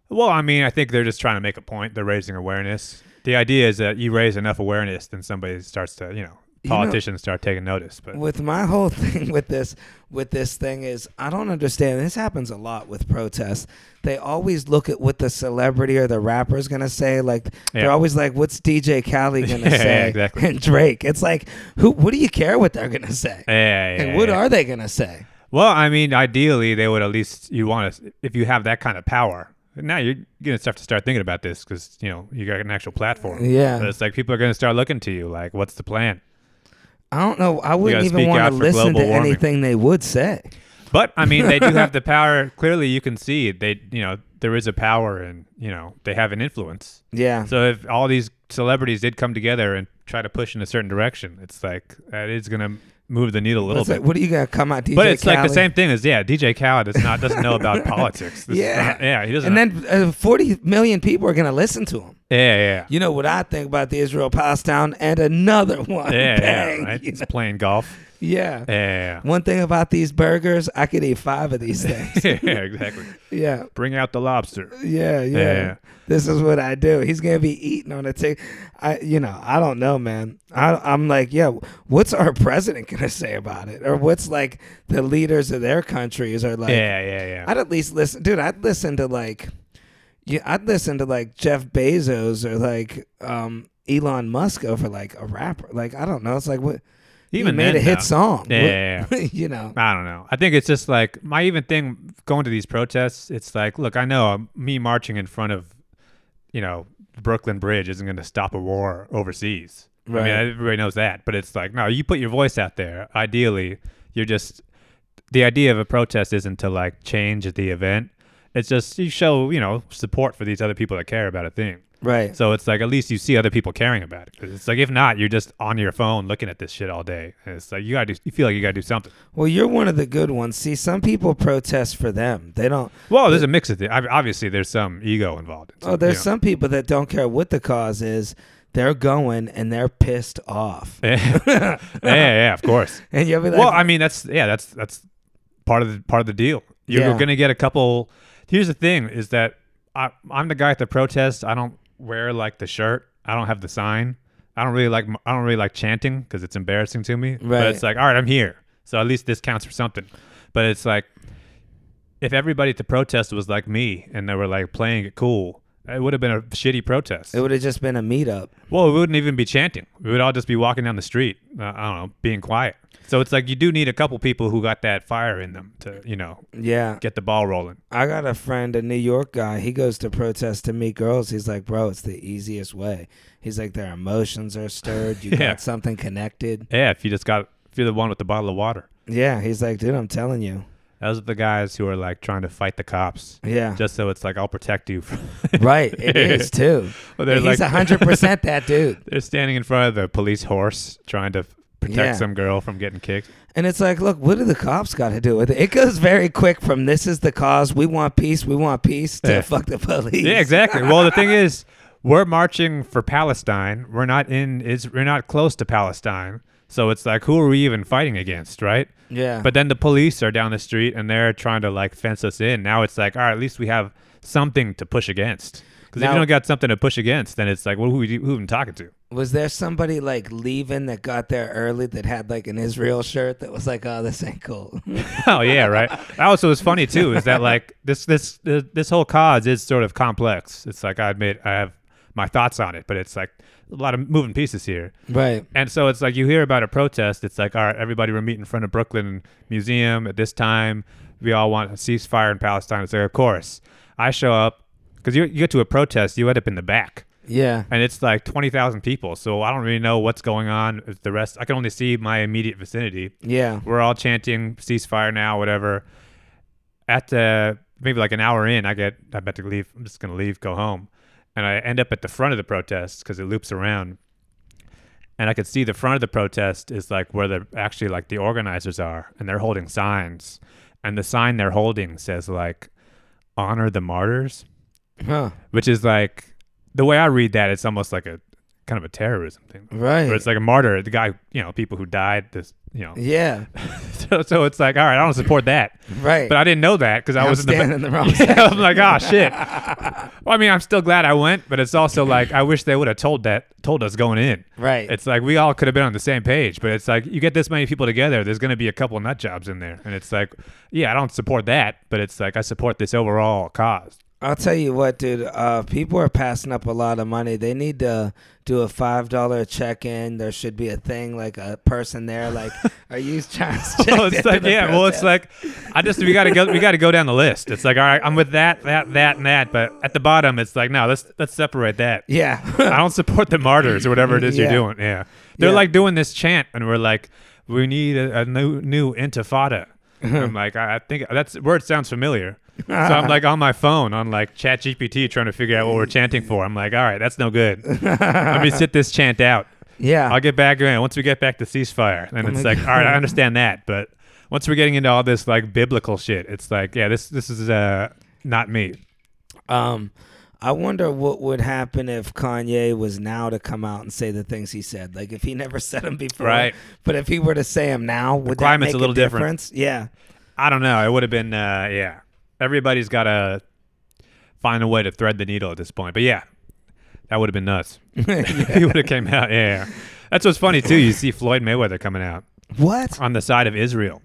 B: Well, I mean, I think they're just trying to make a point. They're raising awareness. The idea is that you raise enough awareness, then somebody starts to, you know,
A: You know-
B: politicians start taking notice. But
A: With my whole (laughs) thing with this with this thing is I don't understand. This happens a lot with protests. They always look at what the celebrity or the rapper is gonna say. Like
B: Yeah.
A: they're always like, "What's DJ
B: (laughs)
A: Khaled gonna
B: Yeah,
A: say?"
B: exactly.
A: And Drake. It's like, who? What do you care what they're gonna say?
B: yeah, yeah,
A: Like,
B: yeah,
A: what
B: yeah.
A: are they gonna say?
B: Well, I mean, ideally, they would at least you want to if you have that kind of power. Now you're gonna have to start thinking about this because you know you got an actual platform.
A: Yeah.
B: But it's like people are gonna start looking to you. Like, what's the plan?
A: I don't know. I wouldn't
B: gotta
A: even
B: speak
A: want
B: out
A: to
B: for
A: listen
B: global
A: to
B: warming.
A: anything they would say.
B: But I mean, they do
A: (laughs)
B: have the power. Clearly, you can see they, you know, there is a power, and you know, they have an influence.
A: Yeah.
B: So if all these celebrities did come together and try to push in a certain direction, it's like that is going to move the needle a little
A: It's like,
B: bit.
A: what are you gonna come out, DJ
B: but it's like
A: Khaled?
B: the same thing as yeah, DJ Khaled does not doesn't
A: (laughs)
B: know about politics. This is
A: Yeah.
B: not- yeah, he doesn't.
A: And then uh, 40 million people are gonna listen to him.
B: yeah, yeah,
A: You know what I think about the Israel Palestine and another (laughs) one.
B: yeah, yeah,
A: Bang.
B: right?
A: (laughs) You
B: He's
A: know?
B: playing golf.
A: (laughs) Yeah.
B: Yeah,
A: One thing about these burgers, I could eat five of these
B: (laughs)
A: things. (laughs)
B: yeah, yeah, exactly.
A: yeah.
B: Bring out the lobster.
A: Yeah, yeah,
B: Yeah.
A: This is what I do. He's gonna be eating on a tick. I, you know, I don't know, man. I, I'm like, yeah. What's our president gonna say about it, or what's like the leaders of their countries are like?
B: yeah, yeah, yeah.
A: I'd at least listen, dude. I'd listen to like, yeah, I'd listen to like Jeff Bezos or like um, Elon Musk over like a rapper. Like I don't know. It's like what
B: Even
A: he made
B: then,
A: a hit
B: though.
A: song.
B: Yeah, yeah,
A: What- (laughs) you know.
B: I don't know. I think it's just like my even thing going to these protests. It's like, look, I know um, me marching in front of, you know, Brooklyn Bridge isn't going to stop a war overseas. I
A: Right.
B: mean, everybody knows that. But it's like, no, you put your voice out there. Ideally, you're just the idea of a protest isn't to like change the event. It's just you show, you know, support for these other people that care about a thing.
A: Right.
B: So it's like at least you see other people caring about it. 'Cause It's like if not, you're just on your phone looking at this shit all day. And it's like you gotta, do, you feel like you gotta do something.
A: Well, you're one of the good ones. See, some people protest for them. They don't.
B: Well, there's a mix of things. I mean, obviously, there's some ego involved. in
A: Oh, there's
B: you
A: some people that don't care what the cause is. They're going and they're pissed off.
B: know. (laughs) yeah, yeah, yeah,
A: (laughs)
B: of course.
A: And you'll be like,
B: Well, I mean, that's yeah, that's that's part of the part of the deal. You're
A: Yeah.
B: gonna get a couple. Here's the thing: is that I, I'm the guy at the protest. I don't wear like the shirt. I don't have the sign. I don't really like m- I don't really like chanting because it's embarrassing to me.
A: Right.
B: But it's like, all right, I'm here, so at least this counts for something. But it's like, if everybody at the protest was like me and they were like playing it cool, it would have been a shitty protest.
A: it would have just been a meetup.
B: Well, we wouldn't even be chanting. We would all just be walking down the street. Uh, I don't know, being quiet. So it's like you do need a couple people who got that fire in them to, you know,
A: Yeah.
B: get the ball rolling.
A: I got a friend, a New York guy. He goes to protest to meet girls. He's like, bro, it's the easiest way. He's like, their emotions are stirred.
B: (laughs)
A: You
B: Yeah.
A: got something connected.
B: Yeah, if you just got, if you're the one with the bottle of water.
A: Yeah. He's like, dude, I'm telling you.
B: Those are the guys who are like trying to fight the cops,
A: Yeah.
B: just so it's like I'll protect you. From
A: (laughs)
B: (laughs)
A: right. It is too.
B: Well, they're
A: He's a
B: like-
A: 100% that dude.
B: They're standing in front of the police horse, trying to protect
A: Yeah.
B: some girl from getting kicked.
A: And it's like, look, what do the cops got to do with it? It goes very quick from this is the cause, we want peace, we want peace to
B: Yeah.
A: fuck the police.
B: Yeah, exactly. Well, the thing is, we're marching for Palestine. We're not in. Is we're not close to Palestine. So it's like, who are we even fighting against, right?
A: Yeah.
B: But then the police are down the street and they're trying to like fence us in. Now it's like, all right, at least we have something to push against. Because if
A: Now-
B: you don't got something to push against, then it's like, well, who we- who even talking to? (laughs)
A: was there somebody like leaving that got there early that had like an Israel shirt that was like, oh, this ain't cool? (laughs)
B: oh yeah, right. That also was funny too. Is that like this this this whole cause is sort of complex. It's like I admit I have my thoughts on it, but it's like a lot of moving pieces here.
A: right.
B: And so it's like you hear about a protest. It's like, all right, everybody will meet in front of Brooklyn Museum at this time. We all want a ceasefire in Palestine. It's like, of course. I show up because you, you get to a protest, you end up in the back,
A: Yeah.
B: and it's like 20,000 people. So I don't really know what's going on. If the rest, I can only see my immediate vicinity.
A: Yeah.
B: We're all chanting ceasefire now, whatever. At the maybe like an hour in, I get, I'm about to leave. I'm just going to leave, go home. And I end up at the front of the protest because it loops around. And I could see the front of the protest is like where the actually like the organizers are and they're holding signs. And the sign they're holding says like, honor the martyrs,
A: Huh.
B: which is like, the way I read that, it's almost like a kind of a terrorism thing.
A: Right.
B: Where it's like a martyr, the guy, you know, people who died, this, you know,
A: yeah.
B: so, (laughs) so it's like, all right, I don't support that.
A: Right.
B: But I didn't know that because I
A: I'm
B: was in the.
A: standing
B: Ba-
A: in the
B: (laughs)
A: wrong section.
B: yeah, I'm like, oh shit. Well, I mean, I'm still glad I went, but it's also like I wish they would have told that told us going in.
A: Right.
B: It's like we all could have been on the same page, but it's like you get this many people together, there's going to be a couple nut jobs in there, and it's like, yeah, I don't support that, but it's like I support this overall cause. (laughs)
A: I'll tell you what, dude. Uh, people are passing up a lot of money. They need to do a five dollar check in. There should be a thing like a person there. Like, are
B: (laughs)
A: you trying to check?
B: Well, it's (laughs)
A: into
B: like,
A: the
B: yeah, well, it's
A: protest?
B: like I just we got to go, we got to go down the list. It's like, all right, I'm with that, that, that, and that, but at the bottom, it's like, no, let's let's separate that. I
A: yeah,
B: don't support the martyrs or whatever it is
A: Yeah.
B: you're doing. Yeah. They're
A: Yeah.
B: like doing this chant and we're like, we need a, a new new intifada.
A: (laughs)
B: I'm like, I, I think that's the word sounds familiar. So I'm like on my phone on like chat GPT trying to figure out what we're chanting for. I'm like, all right, that's no good. Let me sit this chant out. (laughs)
A: yeah.
B: I'll get back in once we get back to ceasefire. And it's
A: Oh my
B: like, all right, I understand that, but once we're getting into all this like biblical shit, it's like, yeah, this this is uh not me.
A: Um, I wonder what would happen if Kanye was now to come out and say the things he said. Like if he never said them before,
B: Right.
A: But if he were to say them now, would that
B: climate's
A: make
B: a little different.
A: difference? Yeah,
B: I don't know. It would have been, uh, yeah. Everybody's got to find a way to thread the needle at this point. But yeah, that would have
A: (laughs)
B: been nuts. (laughs) he would have came out. Yeah, that's what's funny too. You see Floyd Mayweather coming out
A: what?
B: on the side of Israel,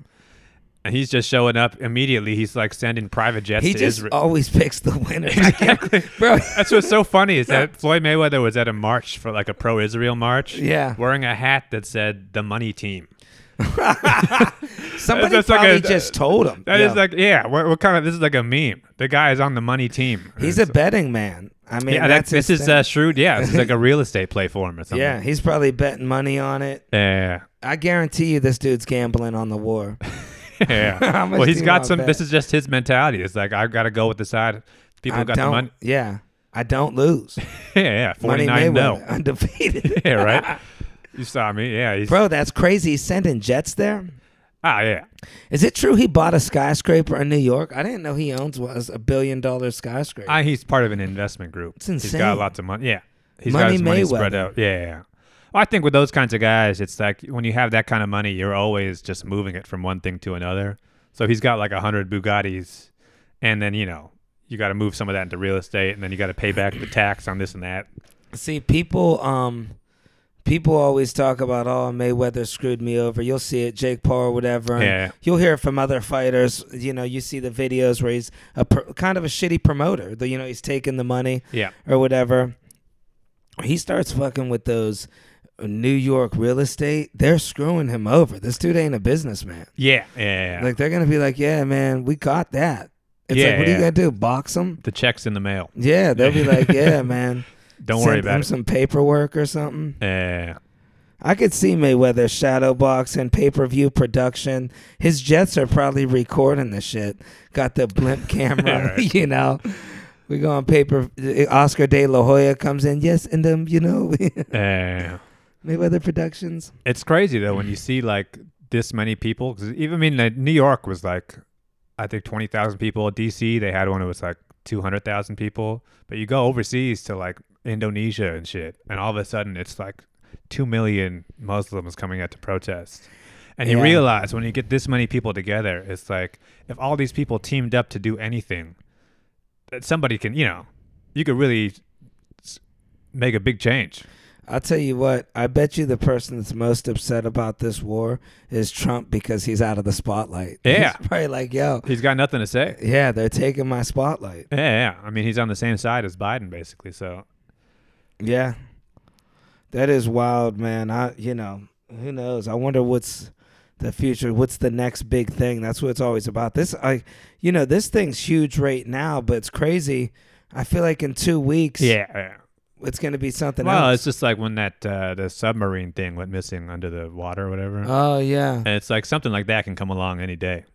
B: and he's just showing up immediately. He's like sending private jets
A: He
B: to
A: just oh.
B: Israel.
A: always (laughs) picks the winners, I can't- (laughs) bro.
B: That's what's so funny
A: (laughs)
B: is that Floyd Mayweather was at a march for like a pro-Israel march.
A: Yeah.
B: wearing a hat that said "The Money Team."
A: Somebody
B: That's like
A: probably
B: a-
A: just told him.
B: That is
A: Yo.
B: like, yeah, what, what kind of? This is like a meme. The guy is on the money team.
A: He's
B: It's-
A: a betting man. I mean,
B: yeah, that,
A: that's his
B: this is
A: thing.
B: uh, shrewd. Yeah, this is like a real estate play for him or something.
A: yeah, he's probably betting money on it.
B: yeah,
A: I guarantee you, this dude's gambling on the war. (laughs)
B: yeah.
A: How much
B: well,
A: do
B: he's
A: you
B: got
A: want
B: some.
A: bet?
B: This is just his mentality. It's like I've got to go with the side. People
A: I
B: got
A: don't.
B: the money. (laughs)
A: Yeah, I don't lose.
B: Yeah, yeah.
A: Money
B: Forty nine.
A: Mayweather,
B: No.
A: (laughs) undefeated. (laughs)
B: yeah, right. You saw me. Yeah. He's,
A: Bro, that's crazy. He's sending jets there.
B: ah, yeah.
A: Is it true he bought a skyscraper in New York? I didn't know he owns was a billion dollar skyscraper.
B: I, he's part of an investment group.
A: It's
B: He's
A: insane.
B: got lots of money. Yeah. he's got
A: Money
B: his money spread
A: Mayweather.
B: out. Yeah. yeah, yeah. Well, I think with those kinds of guys, it's like when you have that kind of money, you're always just moving it from one thing to another. So he's got like a hundred Bugattis, and then you know you got to move some of that into real estate, and then you got to pay back the tax on this and that.
A: See, people, um, people always talk about, oh, Mayweather screwed me over. You'll see it, Jake Paul or whatever. and
B: Yeah.
A: You'll hear it from other fighters. You know, you see the videos where he's a pro- kind of a shitty promoter. Though you know he's taking the money
B: Yeah,
A: or whatever. He starts fucking with those New York real estate. They're screwing him over. This dude ain't a businessman.
B: yeah, yeah. yeah.
A: Like they're gonna be like, yeah, man, we caught that. It's like,
B: Yeah,
A: what are you
B: yeah.
A: gonna do? Box him?
B: the checks in the mail.
A: Yeah, they'll be
B: (laughs)
A: like, yeah, man.
B: Don't
A: send
B: worry
A: him
B: about it.
A: some paperwork or something.
B: Yeah,
A: I could see Mayweather shadow boxing, pay per view production. His Jets are probably recording the shit. Got the
B: (laughs)
A: blimp camera, (laughs)
B: Right.
A: you know. We uh, go on paper. Oscar De La Hoya comes in. Yes, and um, you know, (laughs)
B: yeah.
A: Mayweather Productions.
B: It's crazy though when you see like this many people. 'cause even I mean, like, New York was like, I think twenty thousand people. DC they had one that was like two hundred thousand people. But you go overseas to like Indonesia and shit, and all of a sudden it's like two million Muslims coming out to protest. And you
A: Yeah.
B: realize when you get this many people together, it's like if all these people teamed up to do anything, that somebody can, you know, you could really s- make a big change.
A: I'll tell you what, I bet you the person that's most upset about this war is Trump because he's out of the spotlight. (laughs)
B: Yeah.
A: He's probably like, yo,
B: He's got nothing to say.
A: yeah, they're taking my spotlight.
B: Yeah, yeah. I mean, he's on the same side as Biden, basically. So
A: Yeah. That is wild, man. I you know, who knows? I wonder what's the future, what's the next big thing? That's what it's always about. This I you know, this thing's huge right now, but it's crazy. I feel like in two weeks
B: yeah. yeah.
A: it's gonna be something
B: Well,
A: else.
B: it's just like when that uh, the submarine thing went missing under the water or whatever.
A: Oh yeah.
B: and it's like something like that can come along any day.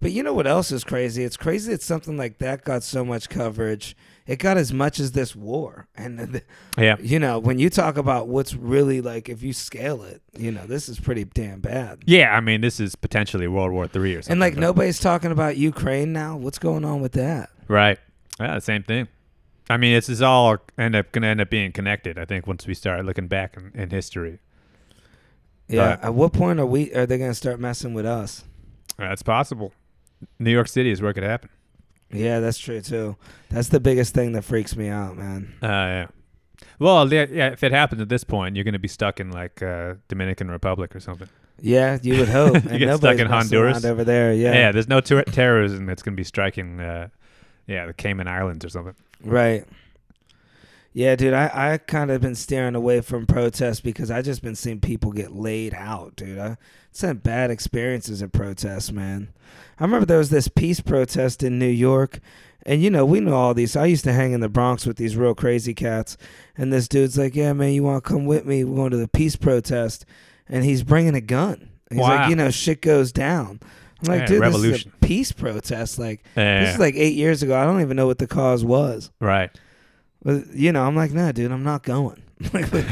A: But you know what else is crazy? It's crazy that something like that got so much coverage. It got as much as this war. And the,
B: Yeah.
A: you know, when you talk about what's really like if you scale it, you know, this is pretty damn bad.
B: Yeah. I mean, this is potentially World War Three or something.
A: And like
B: but-
A: nobody's talking about Ukraine now. What's going on with that?
B: Right. Yeah. the Same thing. I mean, this is all end up going to end up being connected. I think once we start looking back in, in history,
A: Yeah.
B: Right.
A: At what point are we are they gonna start messing with us?
B: that's possible. New York City is where it could happen.
A: Yeah, that's true too. That's the biggest thing that freaks me out, man.
B: Uh, yeah. Well, yeah, yeah, if it happens at this point, you're going to be stuck in like uh, Dominican Republic or something.
A: Yeah, you would hope.
B: (laughs) You
A: And
B: get stuck
A: nobody's messing
B: in Honduras?
A: around over there.
B: Yeah,
A: Yeah.
B: there's no ter- terrorism that's going to be striking, uh, yeah, the Cayman Islands or something.
A: Right. Yeah, dude, I, I kind of been steering away from protests because I just been seeing people get laid out, dude. I it's had bad experiences at protests, man. I remember there was this peace protest in New York, and you know, we know all these. I used to hang in the Bronx with these real crazy cats, and this dude's like, Yeah, man, you want to come with me? We're going to the peace protest, and he's bringing a gun. He's
B: Wow.
A: like, You know, shit goes down. I'm like,
B: Yeah,
A: Dude, this is
B: revolution.
A: a peace protest. Like, this
B: Yeah,
A: is like eight years ago. I don't even know what the cause was.
B: right.
A: Well, you know, I'm like, nah, dude, I'm not going. (laughs) Like, but-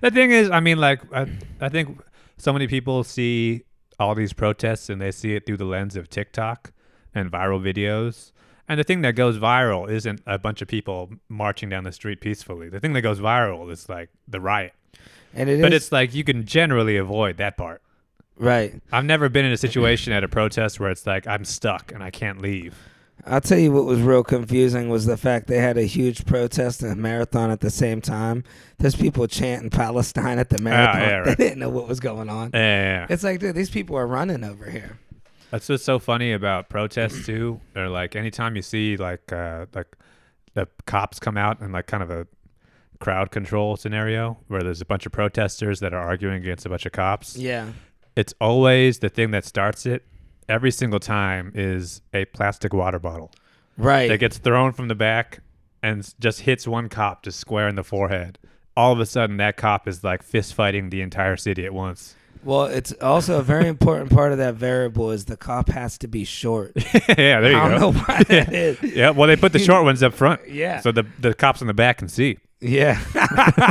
B: The thing is, I mean, like, I, I think so many people see all these protests and they see it through the lens of TikTok and viral videos. And the thing that goes viral isn't a bunch of people marching down the street peacefully. The thing that goes viral is like the riot.
A: and it
B: But
A: is-
B: it's like you can generally avoid that part.
A: right.
B: I've never been in a situation at a protest where it's like I'm stuck and I can't leave.
A: I'll tell you what was real confusing was the fact they had a huge protest and a marathon at the same time. There's people chanting Palestine at the marathon.
B: Ah, yeah,
A: (laughs)
B: right.
A: They didn't know what was going on.
B: Yeah, yeah, yeah.
A: It's like, dude, these people are running over here.
B: that's what's so funny about protests too. Or like anytime you see like uh, like the cops come out and like kind of a crowd control scenario where there's a bunch of protesters that are arguing against a bunch of cops.
A: Yeah.
B: It's always the thing that starts it. Every single time is a plastic water bottle
A: Right.
B: that gets thrown from the back and s- just hits one cop just square in the forehead. All of a sudden, that cop is like fist fighting the entire city at once. (laughs)
A: well, it's also a very important part of that variable is the cop has to be short.
B: yeah, there you
A: I don't
B: go.
A: know why that is.
B: (laughs) Yeah, well, they put the short ones up
A: (laughs)
B: front,
A: Yeah.
B: so the the cops in the back can see.
A: yeah.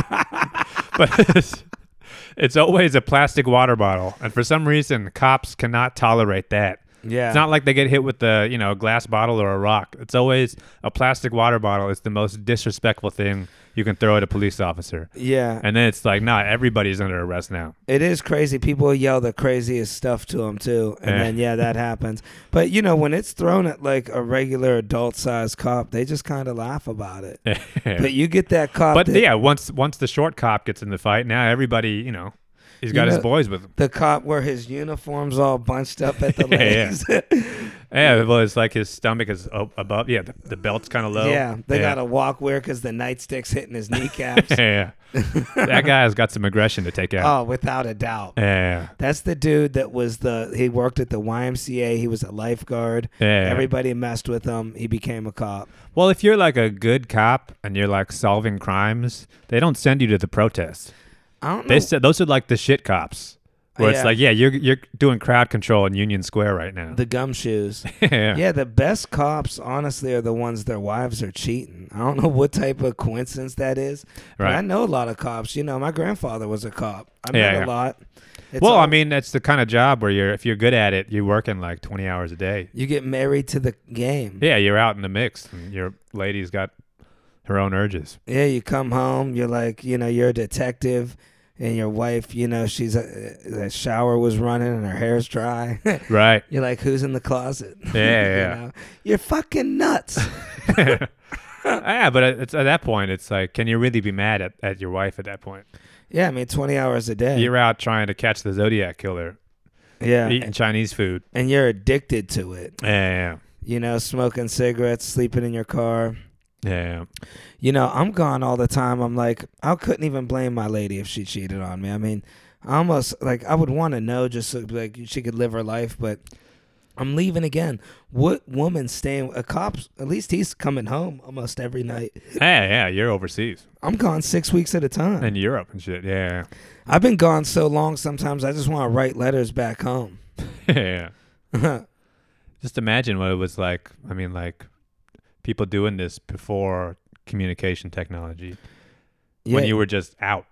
B: But it's, (laughs) it's always a plastic water bottle, and for some reason, cops cannot tolerate that.
A: yeah.
B: It's not like they get hit with the you know a glass bottle or a rock. It's always a plastic water bottle. It's the most disrespectful thing you can throw at a police officer.
A: yeah.
B: And then it's like, nah, everybody's under arrest now. (laughs)
A: It is crazy. People yell the craziest stuff to them too, and
B: Yeah.
A: then yeah, that happens. But you know, when it's thrown at like a regular adult-sized cop, they just kind of laugh about it. But
B: but
A: you get that cop. that-
B: yeah, once once the short cop gets in the fight, now everybody, you know, he's got
A: You
B: his
A: know-
B: boys with him.
A: The cop where his uniform's all bunched up at the
B: (laughs) Yeah, yeah.
A: legs. (laughs)
B: Yeah, well, it's like his stomach is up above. Yeah, the, the belt's kind of low.
A: yeah, they
B: yeah.
A: gotta walk wear because the nightstick's hitting his kneecaps.
B: (laughs) Yeah,
A: (laughs)
B: that guy's got some aggression to take out.
A: oh, without a doubt.
B: Yeah,
A: That's the dude that was the he worked at the YMCA. He was a lifeguard.
B: yeah.
A: Everybody messed with him. He became a cop.
B: well, if you're like a good cop and you're like solving crimes, they don't send you to the protests.
A: I don't know.
B: They said those are like the shit cops, where
A: Mm. Yeah.
B: it's like, yeah, you're you're doing crowd control in Union Square right now.
A: the gumshoes.
B: (laughs) yeah.
A: Yeah, the best cops, honestly, are the ones their wives are cheating. happen. I don't (laughs) know what type of coincidence that is. but
B: Right.
A: I know a lot of cops. You know, my grandfather was a cop. I
B: Yeah,
A: met
B: yeah.
A: a lot. It's
B: well,
A: all-
B: I mean, that's the kind of job where you're if you're good at it, you're working like 20 hours a day.
A: you get married to the game.
B: Yeah, you're out in the mix, and your lady's got her own urges.
A: Yeah, you come home, you're like, you know, you're a detective, and your wife, you know, she's uh the shower was running and her hair's dry. (laughs)
B: Right.
A: you're like, who's in the closet? (laughs)
B: Yeah, yeah.
A: you know? You're fucking
B: (laughs)
A: nuts.
B: yeah, but it's at that point, it's like, can you really be mad at, at your wife at that point?
A: yeah, I mean, 20 hours a day.
B: You're out trying to catch the Zodiac killer,
A: yeah,
B: eating
A: and,
B: Chinese food.
A: and you're addicted to it.
B: Yeah, yeah,
A: You know, smoking cigarettes, sleeping in your car.
B: yeah, yeah.
A: You know, I'm gone all the time. I'm like, I couldn't even blame my lady if she cheated on me. I mean, I almost like I would want to know just so, like she could live her life, but I'm leaving again. What woman staying? A cop's at least he's coming home almost every night.
B: Hey, yeah, you're overseas
A: I'm gone six weeks at a time.
B: in Europe and shit. Yeah, (laughs)
A: I've been gone so long. Sometimes I just want to write letters back home. (laughs)
B: yeah, yeah.
A: yeah,
B: Just imagine what it was like. I mean, like people doing this before communication technology when you were just out.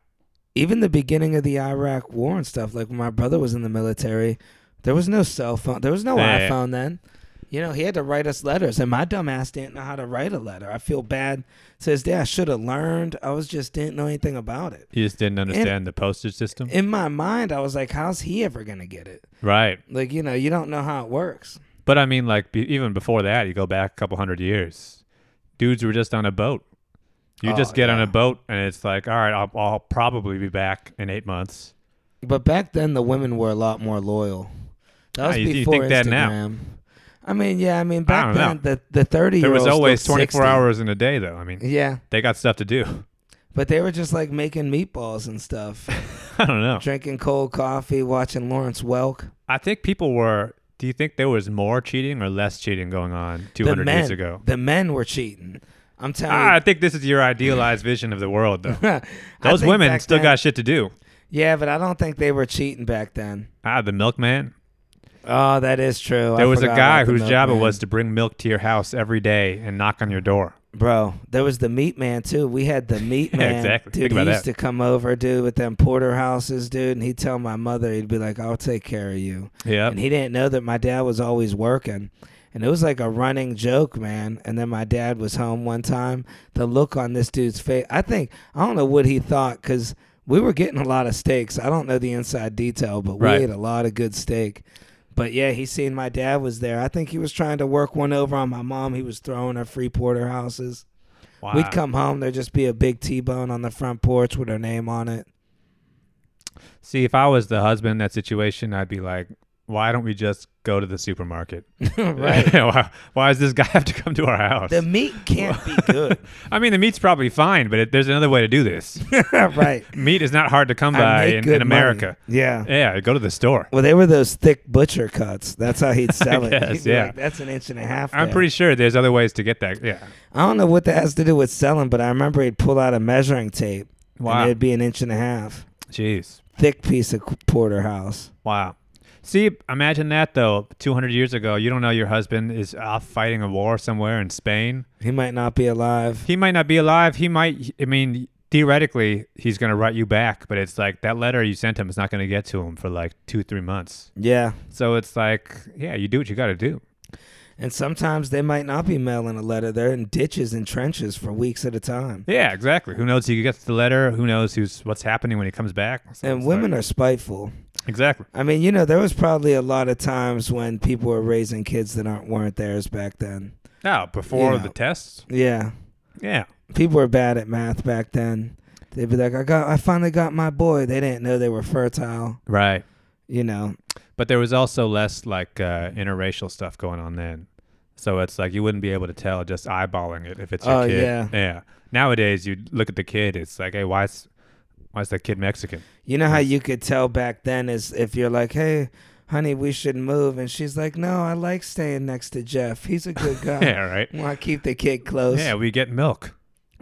A: even the beginning of the Iraq War and stuff. Like when my brother was in the military, there was no cell phone, there was no
B: Yeah, yeah.
A: iPhone then. You know, he had to write us letters, and my dumb ass didn't know how to write a letter. I feel bad to this day. I should have learned. I was just didn't know anything about it.
B: You just didn't understand the postage system,
A: In my mind, I was like, "How's he ever gonna get it?"
B: right?
A: Like, you know, you don't know how it works.
B: But I mean, like be, even before that, you go back a couple hundred years. Dudes were just on a boat. You
A: Oh,
B: just get on
A: yeah.
B: a boat, and it's like, all right, I'll, I'll probably be back in eight months.
A: But back then, the women were a lot more loyal. That
B: Ah,
A: was
B: you- you
A: before
B: think
A: Instagram.
B: that now.
A: I mean, yeah, I mean, back
B: don't
A: then, the the thirty
B: There
A: year
B: was
A: olds
B: always
A: looked
B: 24
A: 60.
B: hours in a day, though. I mean,
A: Yeah,
B: they got stuff to do. (laughs)
A: But they were just like making meatballs and stuff,
B: I don't know.
A: drinking cold coffee, watching Lawrence Welk.
B: I think people were. Do you think there was more cheating or less cheating going on
A: The
B: 200
A: men,
B: years ago?
A: the men were cheating. I'm
B: Ah, I
A: telling
B: think this is your idealized vision of the world, though.
A: you, (laughs) I
B: Those
A: think
B: women
A: back
B: still
A: then-
B: got shit to do.
A: Yeah, but I don't think they were cheating back then.
B: Ah, the milkman.
A: Oh, that is true. I
B: There was a
A: forgot
B: guy
A: about the
B: whose job it
A: milkman.
B: was to bring milk to your house every day and knock on your door.
A: bro. There was the meat man too. We had
B: (laughs)
A: the meat man,
B: exactly.
A: dude.
B: Think about
A: he used
B: that.
A: to come over, dude, with them porterhouses, dude, and he'd tell my mother, he'd be like, "I'll take care of you."
B: Yeah.
A: And he didn't know that my dad was always working. And it was like a running joke, man. And then my dad was home one time. The look on this dude's face, I think, I don't know what he thought because we were getting a lot of steaks. I don't know the inside detail, but
B: Right.
A: we ate a lot of good steak. But yeah, he seen my dad was there. I think he was trying to work one over on my mom. He was throwing her free porterhouses.
B: Wow.
A: We'd come home, there'd just be a big T bone on the front porch with her name on it. (laughs)
B: See, if I was the husband in that situation, I'd be like, why don't we just go to the supermarket? (laughs)
A: right.
B: why, why does this guy (laughs) have to come to our house?
A: the meat can't
B: (laughs)
A: be good.
B: I mean, the meat's probably fine, but it, there's another way to do this.
A: (laughs) right.
B: (laughs) Meat is not hard to come
A: I
B: by
A: make
B: in,
A: good
B: in America.
A: money. Yeah.
B: Yeah, go to the store.
A: Well, they were those thick butcher cuts. That's how
B: (laughs)
A: he'd sell it.
B: guess,
A: He'd be
B: yeah.
A: like, That's an inch and a half.
B: I'm
A: there."
B: pretty sure there's other ways to get that. Yeah.
A: I don't know what that has to do with selling, but I remember he'd pull out a measuring tape.
B: Wow.
A: And it'd be an inch and a half.
B: Jeez.
A: Thick piece of porterhouse.
B: Wow. See, imagine that though. 200 years ago, you don't know your husband is off fighting a war somewhere in Spain.
A: He might not be alive.
B: He might not be alive. He might, I mean, theoretically, he's going to write you back, but it's like that letter you sent him is not going to get to him for like two, three months.
A: Yeah.
B: So it's like, yeah, you do what you got to do.
A: And sometimes they might not be mailing a letter. They're in ditches and trenches for weeks at a time.
B: Yeah, exactly. Who knows who gets the letter? Who knows who's what's happening when he comes back? So
A: And
B: it's
A: women
B: like-
A: are spiteful.
B: exactly.
A: I mean, you know, there was probably a lot of times when people were raising kids that aren't weren't theirs back then.
B: Now before
A: Yeah.
B: the tests.
A: Yeah.
B: Yeah.
A: people were bad at math back then. They'd be like, "I got, I finally got my boy." They didn't know they were fertile,
B: Right.
A: you know.
B: But there was also less like uh, interracial stuff going on then. So it's like you wouldn't be able to tell just eyeballing it if it's your
A: Oh,
B: kid.
A: yeah.
B: Yeah. Nowadays you look at the kid, it's like, hey, why's why's that kid
A: (laughs)
B: Mexican?
A: You know how you could tell back then is if you're like, "Hey, honey, we should move," and she's like, "No, I like staying next to Jeff. He's a good guy.
B: (laughs) Yeah, right.
A: Want to keep the kid close."
B: Yeah, we get milk.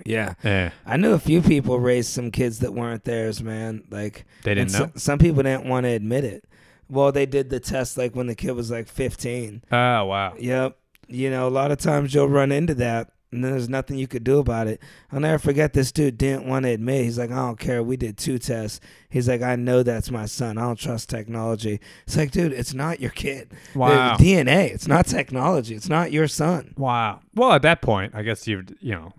A: yeah.
B: Yeah.
A: I knew a few people raised some kids that weren't theirs, man. Like
B: They didn't
A: and so-
B: know.
A: some people didn't want to admit it. Well, they did the test like when the kid was like 15.
B: Oh wow.
A: Yep. You know, a lot of times you'll run into that. and then there's nothing you could do about it. I'll never forget this dude didn't want to admit. He's like, I don't care. We did two tests. He's like, I know that's my son. I don't trust technology. It's like, dude, it's not your kid.
B: Wow.
A: The DNA. It's not technology. It's not your son.
B: Wow. Well, at that point, I guess you you know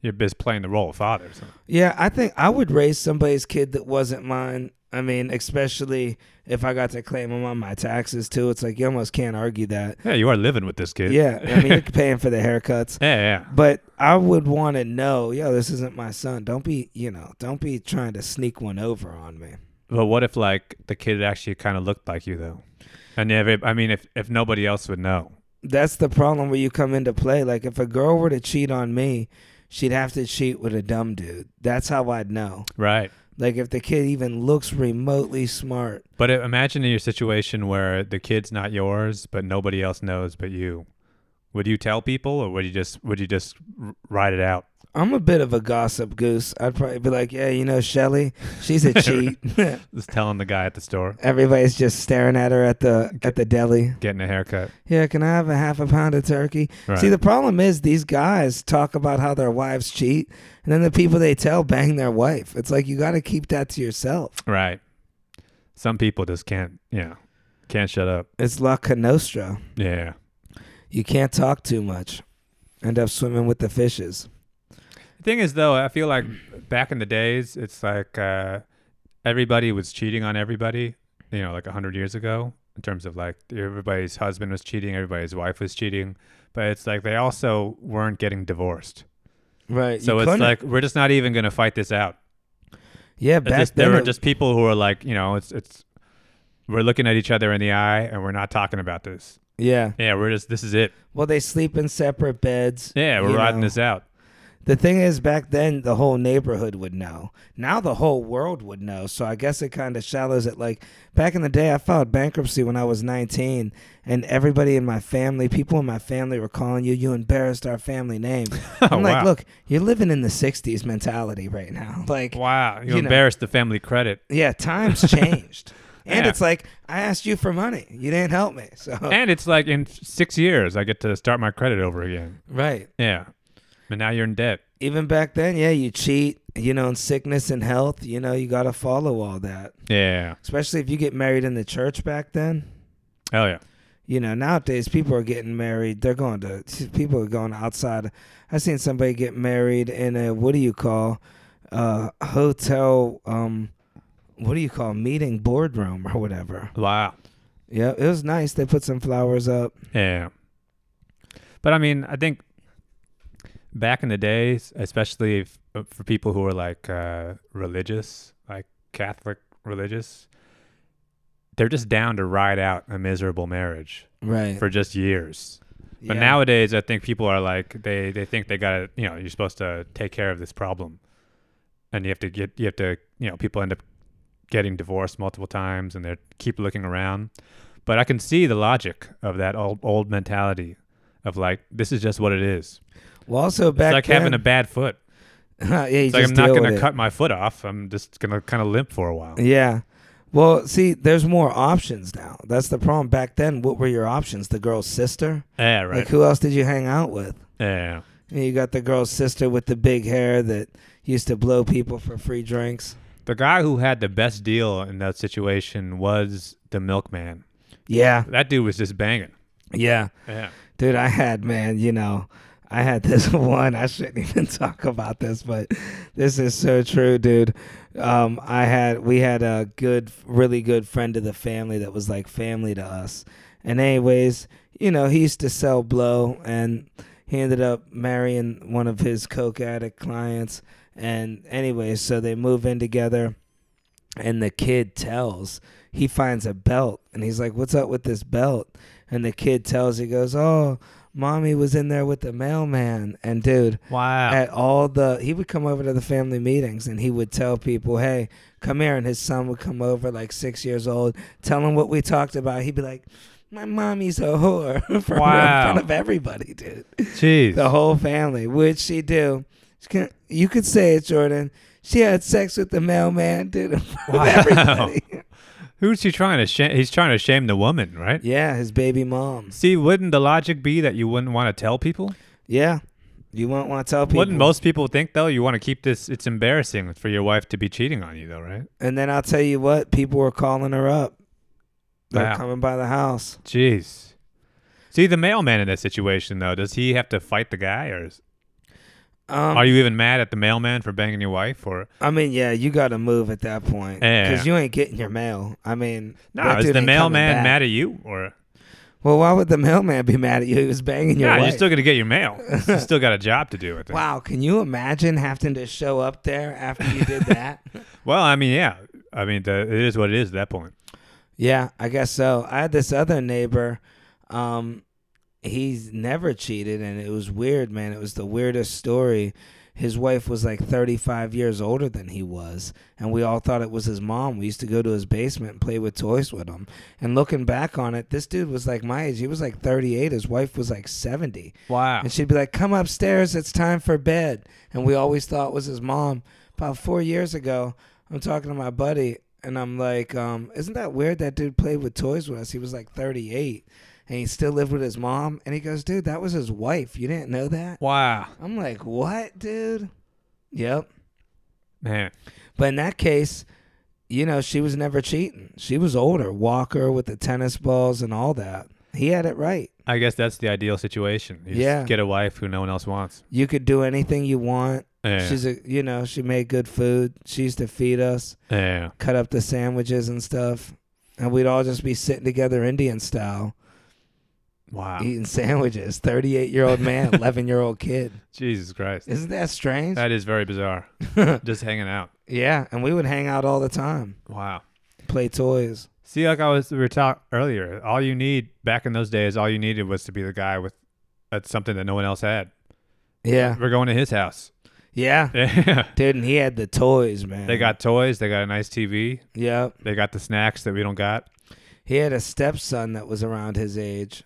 B: you're just playing the role of father. So.
A: Yeah, I think I would raise somebody's kid that wasn't mine. I mean, especially if I got to claim them on my taxes too. It's like you almost can't argue that.
B: Yeah, you are living with this kid.
A: Yeah, I
B: (laughs)
A: mean, you're paying for the haircuts.
B: Yeah, yeah.
A: But I would want to know, yo, this isn't my son. Don't be, you know, don't be trying to sneak one over on me.
B: But what if like the kid actually kind of looked like you though? And never. I mean, if if nobody else would know.
A: That's the problem where you come into play. Like if a girl were to cheat on me, she'd have to cheat with a dumb dude. That's how I'd know.
B: Right.
A: Like if the kid even looks remotely smart.
B: But i- imagine your situation where the kid's not yours, but nobody else knows but you. Would you tell people, or would you just would you just r- ride it out?
A: I'm a bit of a gossip goose. I'd probably be like, yeah, you know, Shelly, she's a cheat.
B: Just telling the guy at the store,
A: Everybody's just staring at her at the at the deli.
B: getting a haircut.
A: Yeah, can I have a half a pound of turkey?
B: Right.
A: See, the problem is these guys talk about how their wives cheat, and then the people they tell bang their wife. It's like you got to keep that to yourself.
B: right. Some people just can't. Yeah. Can't shut up.
A: It's La Canostra.
B: Yeah.
A: You can't talk too much. End up swimming with the fishes.
B: The thing is, though, I feel like back in the days, it's like uh, everybody was cheating on everybody, you know, like 100 years ago, in terms of like everybody's husband was cheating, everybody's wife was cheating. But it's like they also weren't getting divorced.
A: Right.
B: So it's like, we're just not even going to fight this out.
A: yeah,
B: It's
A: back
B: just-
A: then
B: there were
A: it-
B: just people who are like, you know, it's, it's, we're looking at each other in the eye and we're not talking about this.
A: yeah.
B: Yeah, we're just, this is it.
A: Well, they sleep in separate beds.
B: Yeah, we're
A: you
B: riding
A: know.
B: this out.
A: The thing is, back then, the whole neighborhood would know. Now the whole world would know. So I guess it kind of shallows it. Like back in the day, I filed bankruptcy when I was 19, and everybody in my family, people in my family were calling you, you embarrassed our family
B: (laughs)
A: name. I'm like,
B: wow.
A: look, you're living in the 60s mentality right now. Like,
B: Wow. You,
A: you know.
B: embarrassed the family credit.
A: yeah,
B: (laughs)
A: times changed. And
B: Yeah.
A: it's like, I asked you for money. You didn't help me. So,
B: (laughs) And it's like in six years, I get to start my credit over again.
A: (laughs) right.
B: Yeah. But now you're in debt.
A: Even back then, yeah, you cheat, you know, in sickness and health, you know, you got to follow all that.
B: Yeah.
A: especially if you get married in the church back then.
B: Oh, yeah.
A: You know, nowadays people are getting married. They're going to people are going outside. I seen somebody get married in a what do you call uh hotel um what do you call meeting boardroom or whatever.
B: Wow.
A: Yeah, it was nice. They put some flowers up.
B: Yeah. But I mean, I think back in the days, especially if, uh, for people who are like uh, religious, like Catholic religious, they're just down to ride out a miserable marriage
A: Right.
B: for just years. But
A: Yeah.
B: nowadays, I think people are like they they think they got to you know you're supposed to take care of this problem, and you have to get you have to you know people end up getting divorced multiple times and they keep looking around. But I can see the logic of that old old mentality of like this is just what it is.
A: well, also
B: It's
A: back
B: like
A: then,
B: having a bad foot.
A: (laughs) yeah, you
B: It's like
A: just
B: I'm not
A: deal
B: going
A: with
B: to
A: it.
B: cut my foot off. I'm just going to kind of limp for a while.
A: Yeah. Well, see, there's more options now. That's the problem. Back then, what were your options? The girl's sister?
B: Yeah,
A: Like
B: right.
A: who else did you hang out with?
B: Yeah.
A: And you got the girl's sister with the big hair that used to blow people for free drinks.
B: The guy who had the best deal in that situation was the milkman.
A: Yeah,
B: That dude was just banging.
A: yeah.
B: Yeah.
A: Dude, I had, man, you know, I had (laughs) this one. I shouldn't even (laughs) talk about this, but this is so true, dude. Um, I had, we had a good, really good friend of the family that was like family to us. And, anyways, you know, he used to sell blow and he ended up marrying one of his coke addict clients. And, anyways, so they move in together. and the kid tells he finds a belt and he's like what's up with this belt and the kid tells he goes oh mommy was in there with the mailman and dude
B: Wow.
A: at all the he would come over to the family meetings and he would tell people hey come here and his son would come over like six years old tell him what we talked about he'd be like my mommy's a whore (laughs) for
B: Wow.
A: in front of everybody dude
B: Jeez.
A: the whole family. What'd she do? She can, you could say it, Jordan. She had sex with the mailman, dude. in front of
B: Wow.
A: everybody. (laughs)
B: Who's he trying to shame? He's trying to shame the woman, right?
A: Yeah, his baby mom.
B: See, wouldn't the logic be that you wouldn't want to tell people?
A: Yeah. You won't want to tell people.
B: Wouldn't most people think though? You want to keep this? It's embarrassing for your wife to be cheating on you, though, right?
A: and then I'll tell you what, people were calling her up. They're
B: Wow.
A: coming by the house.
B: Jeez. See the mailman in that situation though. Does he have to fight the guy, or is,
A: Um,
B: are you even mad at the mailman for banging your wife? Or
A: I mean, yeah, you got to move at that point
B: Yeah.
A: because you ain't getting your mail. I mean,
B: no?
A: that
B: is
A: dude
B: the
A: ain't coming
B: mailman
A: back.
B: mad at you? Or
A: Well, why would the mailman be mad at you? He was banging your
B: yeah,
A: wife.
B: you're still gonna get your mail.
A: (laughs)
B: you still got a job to do. I think.
A: wow, can you imagine having to show up there after you did
B: (laughs)
A: that?
B: Well, I mean, yeah. I mean, the, it is what it is at that point.
A: Yeah, I guess so. I had this other neighbor. Um, he's never cheated, and it was weird, man. It was the weirdest story. His wife was like 35 years older than he was, and we all thought it was his mom. We used to go to his basement and play with toys with him. And looking back on it, this dude was like my age. He was like 38. His wife was like 70.
B: Wow.
A: And she'd be like, Come upstairs, it's time for bed. And we always thought it was his mom. About four years ago, I'm talking to my buddy and I'm like, um, Isn't that weird that dude played with toys with us? He was like 38 and he still lived with his mom. And he goes, Dude, that was his wife. You didn't know that?
B: Wow.
A: I'm like, What, dude? Yep.
B: Man.
A: But in that case, you know, she was never cheating. She was older, Walker with the tennis balls and all that. He had it right.
B: I guess that's the ideal situation. You just
A: Yeah.
B: get a wife who no one else wants.
A: You could do anything you want.
B: Yeah.
A: She's a, you know, she made good food. She used to feed us,
B: yeah.
A: cut up the sandwiches and stuff, and we'd all just be sitting together Indian style,
B: Wow.
A: eating sandwiches. Thirty-eight year
B: (laughs)
A: old man, eleven year old kid.
B: Jesus Christ.
A: Isn't that strange?
B: That is very bizarre. just hanging out.
A: (laughs) yeah, and we would hang out all the time,
B: Wow.
A: play toys.
B: See, like I was we were talking earlier, all you need back in those days, all you needed was to be the guy with that's something that no one else had.
A: Yeah,
B: We're going to his house. (laughs)
A: yeah,
B: Yeah.
A: dude, and he had the toys, man.
B: they got toys. They got a nice TV.
A: Yep,
B: They got the snacks that we don't got.
A: he had a stepson that was around his age.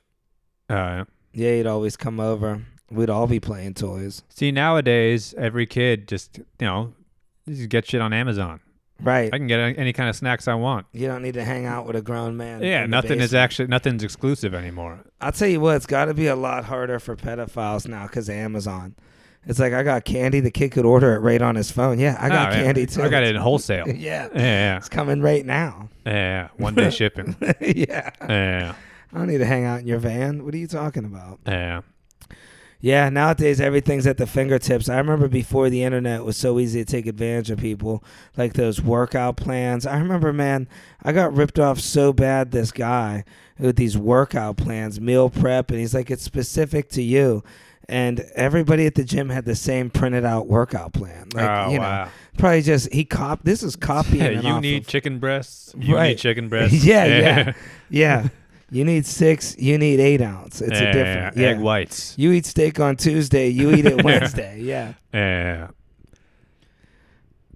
B: Uh,
A: Yeah, he'd always come over. We'd all be playing toys.
B: see, nowadays every kid just you know just get shit on Amazon.
A: Right.
B: I can get any, any kind of snacks I want.
A: you don't need to hang out with a grown man.
B: Yeah,
A: in the
B: nothing is
A: basement.
B: actually nothing's exclusive anymore.
A: I'll tell you what, it's got to be a lot harder for pedophiles now because of Amazon. It's like I got candy. The kid could order it right on his phone. Yeah, I got
B: Oh, yeah.
A: candy too.
B: I got it in wholesale. yeah,
A: (laughs) yeah,
B: yeah,
A: it's coming right now. (laughs)
B: yeah. One day shipping.
A: yeah,
B: Yeah,
A: I don't need to hang out in your van. What are you talking about?
B: yeah.
A: Yeah, nowadays everything's at the fingertips. I remember before the internet it was so easy to take advantage of people, like those workout plans. I remember, man, I got ripped off so bad. This guy with these workout plans, meal prep, and he's like, it's specific to you. And everybody at the gym had the same printed out workout plan. Like,
B: oh
A: you know,
B: wow.
A: probably just he cop. This
B: (laughs)
A: is copying. it
B: you
A: off
B: need
A: of-
B: chicken breasts. You
A: Right. (laughs)
B: need chicken breasts.
A: Yeah, yeah.
B: (laughs)
A: yeah. You need six. You need eight ounce. It's a different. Yeah.
B: Egg whites.
A: You eat steak on Tuesday. You eat
B: (laughs)
A: it Wednesday. Yeah.
B: Yeah.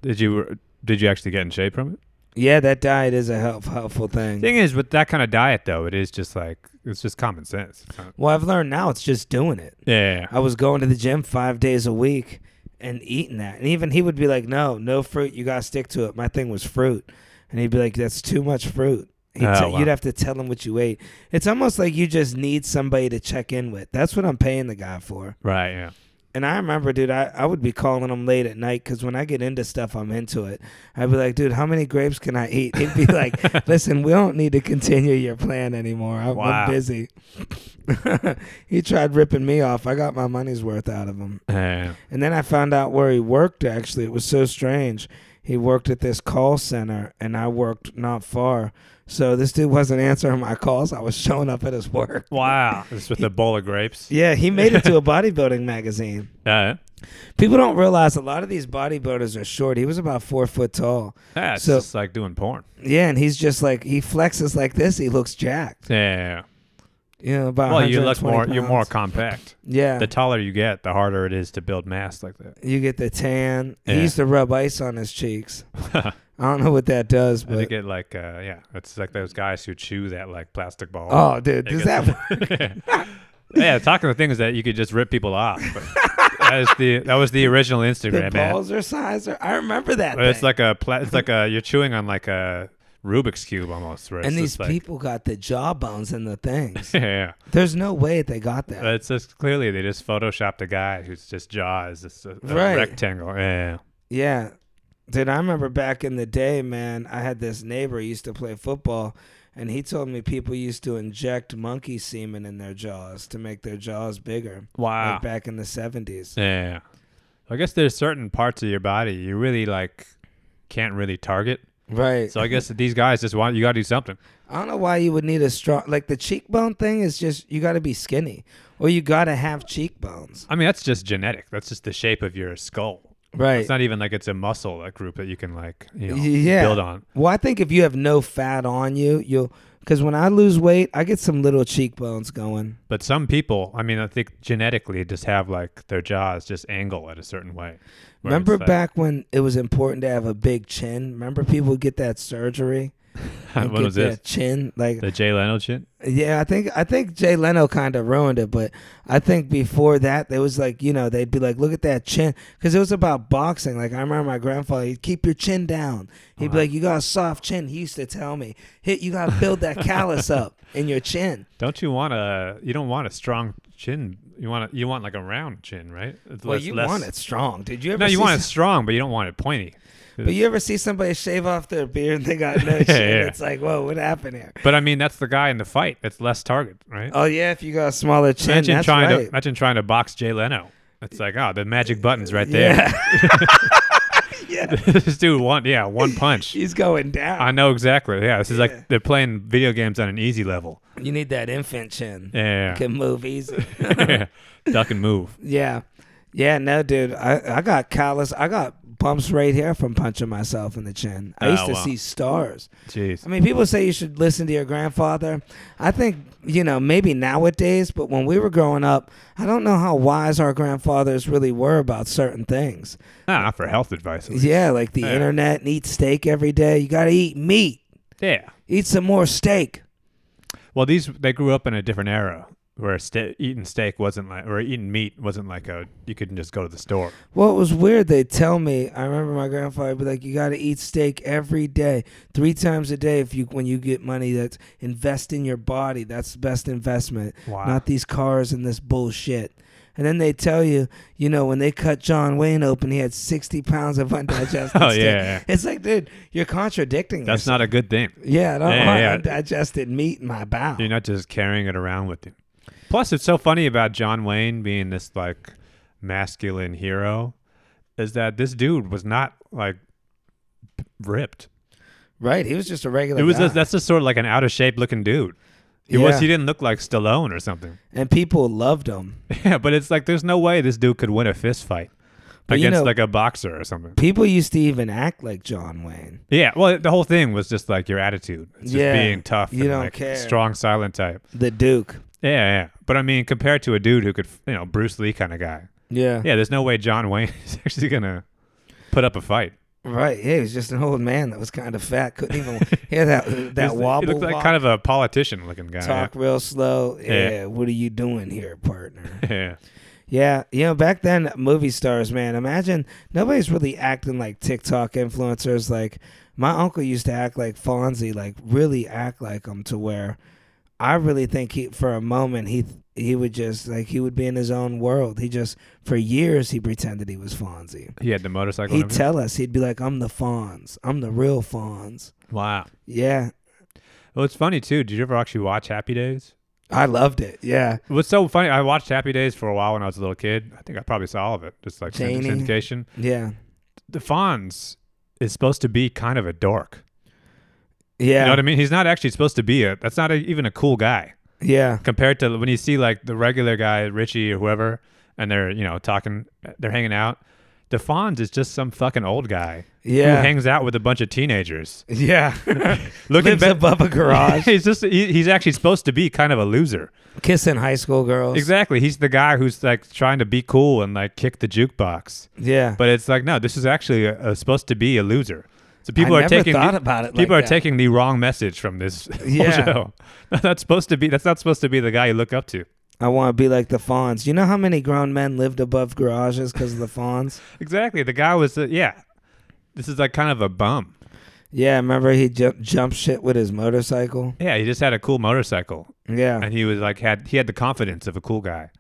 B: Did you did you actually get in shape from it?
A: Mm. Yeah, that diet is a help, helpful thing.
B: Thing is, with that kind of diet though, it is just like it's just common sense. It's not-
A: Well, I've learned now it's just doing it.
B: Yeah.
A: I was going to the gym five days a week and eating that. And even he would be like, no, no fruit. You got to stick to it. My thing was fruit. And he'd be like, that's too much fruit. He'd
B: Oh,
A: te-
B: wow.
A: You'd have to tell him what you ate. It's almost like you just need somebody to check in with. That's what I'm paying the guy for.
B: Right. Yeah.
A: And I remember, dude, I, I would be calling him late at night because when I get into stuff, I'm into it. I'd be like, dude, how many grapes can I eat? He'd be like, listen, we don't need to continue your plan anymore. I'm, I'm
B: Wow.
A: busy. (laughs) he tried ripping me off. I got my money's worth out of him. (laughs)
B: Yeah.
A: And then I found out where he worked, actually. It was so strange. He worked at this call center, and I worked not far. So this dude wasn't answering my calls. I was showing up at his
B: (laughs)
A: work.
B: Wow. This with a bowl of grapes.
A: Yeah, he made it to a bodybuilding magazine.
B: Yeah.
A: People don't realize a lot of these bodybuilders are short. He was about four foot tall.
B: Yeah, it's
A: So-
B: just like doing porn.
A: Yeah, and he's just like he flexes like this. He looks jacked.
B: Yeah.
A: You know, about
B: Well, you look
A: 120
B: more. You're more
A: pounds.
B: compact.
A: yeah.
B: The taller you get, the harder it is to build mass like that.
A: you get the tan. He
B: Yeah.
A: used to rub ice on his
B: (laughs)
A: cheeks. I don't know what that does,
B: I think
A: but
B: it like uh, yeah, it's like those guys who chew that like plastic ball.
A: oh, dude, does that? work?
B: (laughs) yeah, talking the thing is that you could just rip people off. But that is the that was the
A: (laughs) (laughs)
B: original
A: The
B: Instagram ad.
A: balls are size. Or, I remember that.
B: But it's
A: thing.
B: like a pla- it's like a you're chewing on like a Rubik's cube almost. Where it's
A: and these
B: just like,
A: people got the jawbones and the things.
B: (laughs) yeah, yeah.
A: There's no way they got that.
B: It's just clearly they just photoshopped a guy who's just jaw is just a, a
A: Right.
B: rectangle. Yeah, yeah,
A: Yeah. Dude, I remember back in the day, man, I had this neighbor who used to play football, and he told me people used to inject monkey semen in their jaws to make their jaws bigger.
B: Wow.
A: Like back in the 70s.
B: yeah, yeah. I guess there's certain parts of your body you really like can't really target.
A: Right.
B: So
A: (laughs)
B: I guess that these guys just want you got to do something.
A: I don't know why you would need a strong, like the cheekbone thing is just, you got to be skinny, or you got to have cheekbones.
B: I mean, that's just genetic. That's just the shape of your skull.
A: Right.
B: It's not even like it's a muscle that group that you can like you know
A: Y- yeah.
B: build on.
A: Well, I think if you have no fat on you, you'll, because when I lose weight, I get some little cheekbones going.
B: But some people, I mean, I think genetically just have like their jaws just angle at a certain way. where
A: Remember
B: it's like-
A: back when it was important to have a big chin? Remember people would get that surgery? and
B: (laughs) (laughs) when
A: get
B: was
A: their
B: this?
A: chin like
B: The Jay Leno shit.
A: yeah, I think I think Jay Leno kind of ruined it, but I think before that there was like, you know, they'd be like, "Look at that chin." Cuz it was about boxing. Like I remember my grandfather, he'd keep your chin down. He'd be
B: Uh-huh.
A: like, "You got a soft chin." He used to tell me, "Hit, you got to build that callus up in your
B: (laughs)
A: chin."
B: Don't you want a? You don't want a strong chin. You want a, You want like a round chin, right? It's
A: well,
B: less-
A: you
B: less-
A: want it strong. Did you ever
B: No, you
A: see
B: want it
A: some-
B: strong, but you don't want it pointy.
A: But you ever see somebody shave off their beard and they got no
B: (laughs) Yeah,
A: chin?
B: yeah.
A: It's like, "Whoa, what happened here?"
B: But I mean, that's the guy in the fight. That's less target, right?
A: Oh yeah, if you got a smaller chin,
B: imagine
A: that's
B: trying to
A: right.
B: imagine trying to box Jay Leno. It's like ah, the magic button's right there. (laughs)
A: Yeah. yeah,
B: this dude one, yeah, one
A: (laughs)
B: punch.
A: she's going down.
B: I know exactly. Yeah, this is
A: Yeah.
B: like they're playing video games on an easy
A: (laughs)
B: level.
A: You need that infant chin.
B: Yeah,
A: Can move easy.
B: (laughs) duck and move.
A: yeah. Yeah, no, dude. I, I got callus. I got bumps right here from punching myself in the chin. I
B: Oh,
A: used to
B: wow.
A: see stars.
B: Jeez.
A: I mean, people say you should listen to your grandfather. I think, you know, maybe nowadays, but when we were growing up, I don't know how wise our grandfathers really were about certain things.
B: Nah, not for health advice. at least.
A: Yeah, like the
B: Yeah.
A: internet and eat steak every day. You got to eat meat.
B: Yeah.
A: Eat some more steak.
B: Well, these they grew up in a different era where ste eating steak wasn't like, or eating meat wasn't like a you couldn't just go to the store.
A: Well, it was weird. They tell me. I remember my grandfather would be like, "You got to eat steak every day, three times a day. If you when you get money, that's invest in your body. That's the best investment,
B: Wow.
A: not these cars and this bullshit." And then they tell you, you know, when they cut John Wayne open, he had sixty pounds of undigested
B: (laughs) Oh,
A: steak.
B: yeah, yeah.
A: It's like, dude, you're contradicting.
B: That's
A: yourself.
B: not a good thing.
A: Yeah, I don't
B: Yeah,
A: want
B: yeah.
A: undigested meat in my bowel.
B: You're not just carrying it around with you. Plus, it's so funny about John Wayne being this like masculine hero is that this dude was not like ripped.
A: Right? He was just a regular.
B: It was
A: guy.
B: just, that's just sort of like an out of shape looking dude. He
A: Yeah.
B: was he didn't look like Stallone or something. (laughs)
A: and people loved him.
B: Yeah, but it's like there's no way this dude could win a fist fight
A: But you
B: against
A: know-
B: like a boxer or something.
A: People used to even act like John Wayne.
B: Yeah, well, the whole thing was just like your attitude. It's just
A: Yeah,
B: being tough.
A: you
B: and,
A: don't
B: like,
A: care.
B: Strong, silent type.
A: The Duke.
B: Yeah, yeah. But I mean, compared to a dude who could, you know, Bruce Lee kind of guy.
A: Yeah.
B: (laughs) Yeah, there's no way John Wayne (laughs) is actually gonna put up a fight.
A: Right. Yeah, he was just an old man that was kind of fat. Couldn't
B: (laughs)
A: even hear that
B: He's-
A: that wobble.
B: He looked like
A: walk,
B: kind of a politician looking guy.
A: talk real slow. Yeah,
B: Yeah.
A: What are you doing here, partner?
B: Yeah. (laughs) yeah.
A: yeah. You know, back then, movie stars, man. Imagine nobody's really acting like TikTok influencers. Like my uncle used to act like Fonzie. Like really act like him to where I really think he for a moment he he would just like he would be in his own world. He just for years he pretended he was Fonzie.
B: He had the motorcycle.
A: He'd
B: and everything.
A: tell us, he'd be like, I'm the Fonz. I'm the real Fonz.
B: wow.
A: Yeah.
B: Well, it's funny too. Did you ever actually watch Happy Days?
A: I loved it. Yeah.
B: What's so funny? I watched Happy Days for a while when I was a little kid. I think I probably saw all of it, just like syn-
A: Janie.
B: syndication.
A: Yeah.
B: The Fonz is supposed to be kind of a dork.
A: Yeah.
B: You know what I mean? He's not actually supposed to be a. That's not a, even a cool guy
A: Yeah.
B: compared to when you see like the regular guy Richie or whoever, and they're you know talking, they're hanging out. The Fonz is just some fucking old guy who
A: Yeah.
B: hangs out with a bunch of teenagers.
A: (laughs)
B: (laughs)
A: Yeah.
B: Looking
A: Lives
B: back-
A: above a garage.
B: (laughs) he's just he, he's actually supposed to be kind of a loser.
A: Kissing high school girls.
B: Exactly. He's the guy who's like trying to be cool and like kick the jukebox.
A: Yeah.
B: But it's like no, this is actually uh uh supposed to be a loser. So people
A: I
B: are
A: never
B: taking
A: thought about it.
B: people
A: like that.
B: are taking the wrong message from this (laughs) whole
A: Yeah.
B: show. That's supposed to be that's not supposed to be the guy you look up to.
A: I want to be like the Fonz. You know how many grown men lived above
B: (laughs)
A: garages because of the Fonz?
B: Exactly. The guy was uh, yeah. This is like kind of a bum.
A: Yeah, remember he ju- jumped shit with his motorcycle?
B: Yeah, he just had a cool motorcycle,
A: Yeah.
B: and he was like had he had the confidence of a cool guy.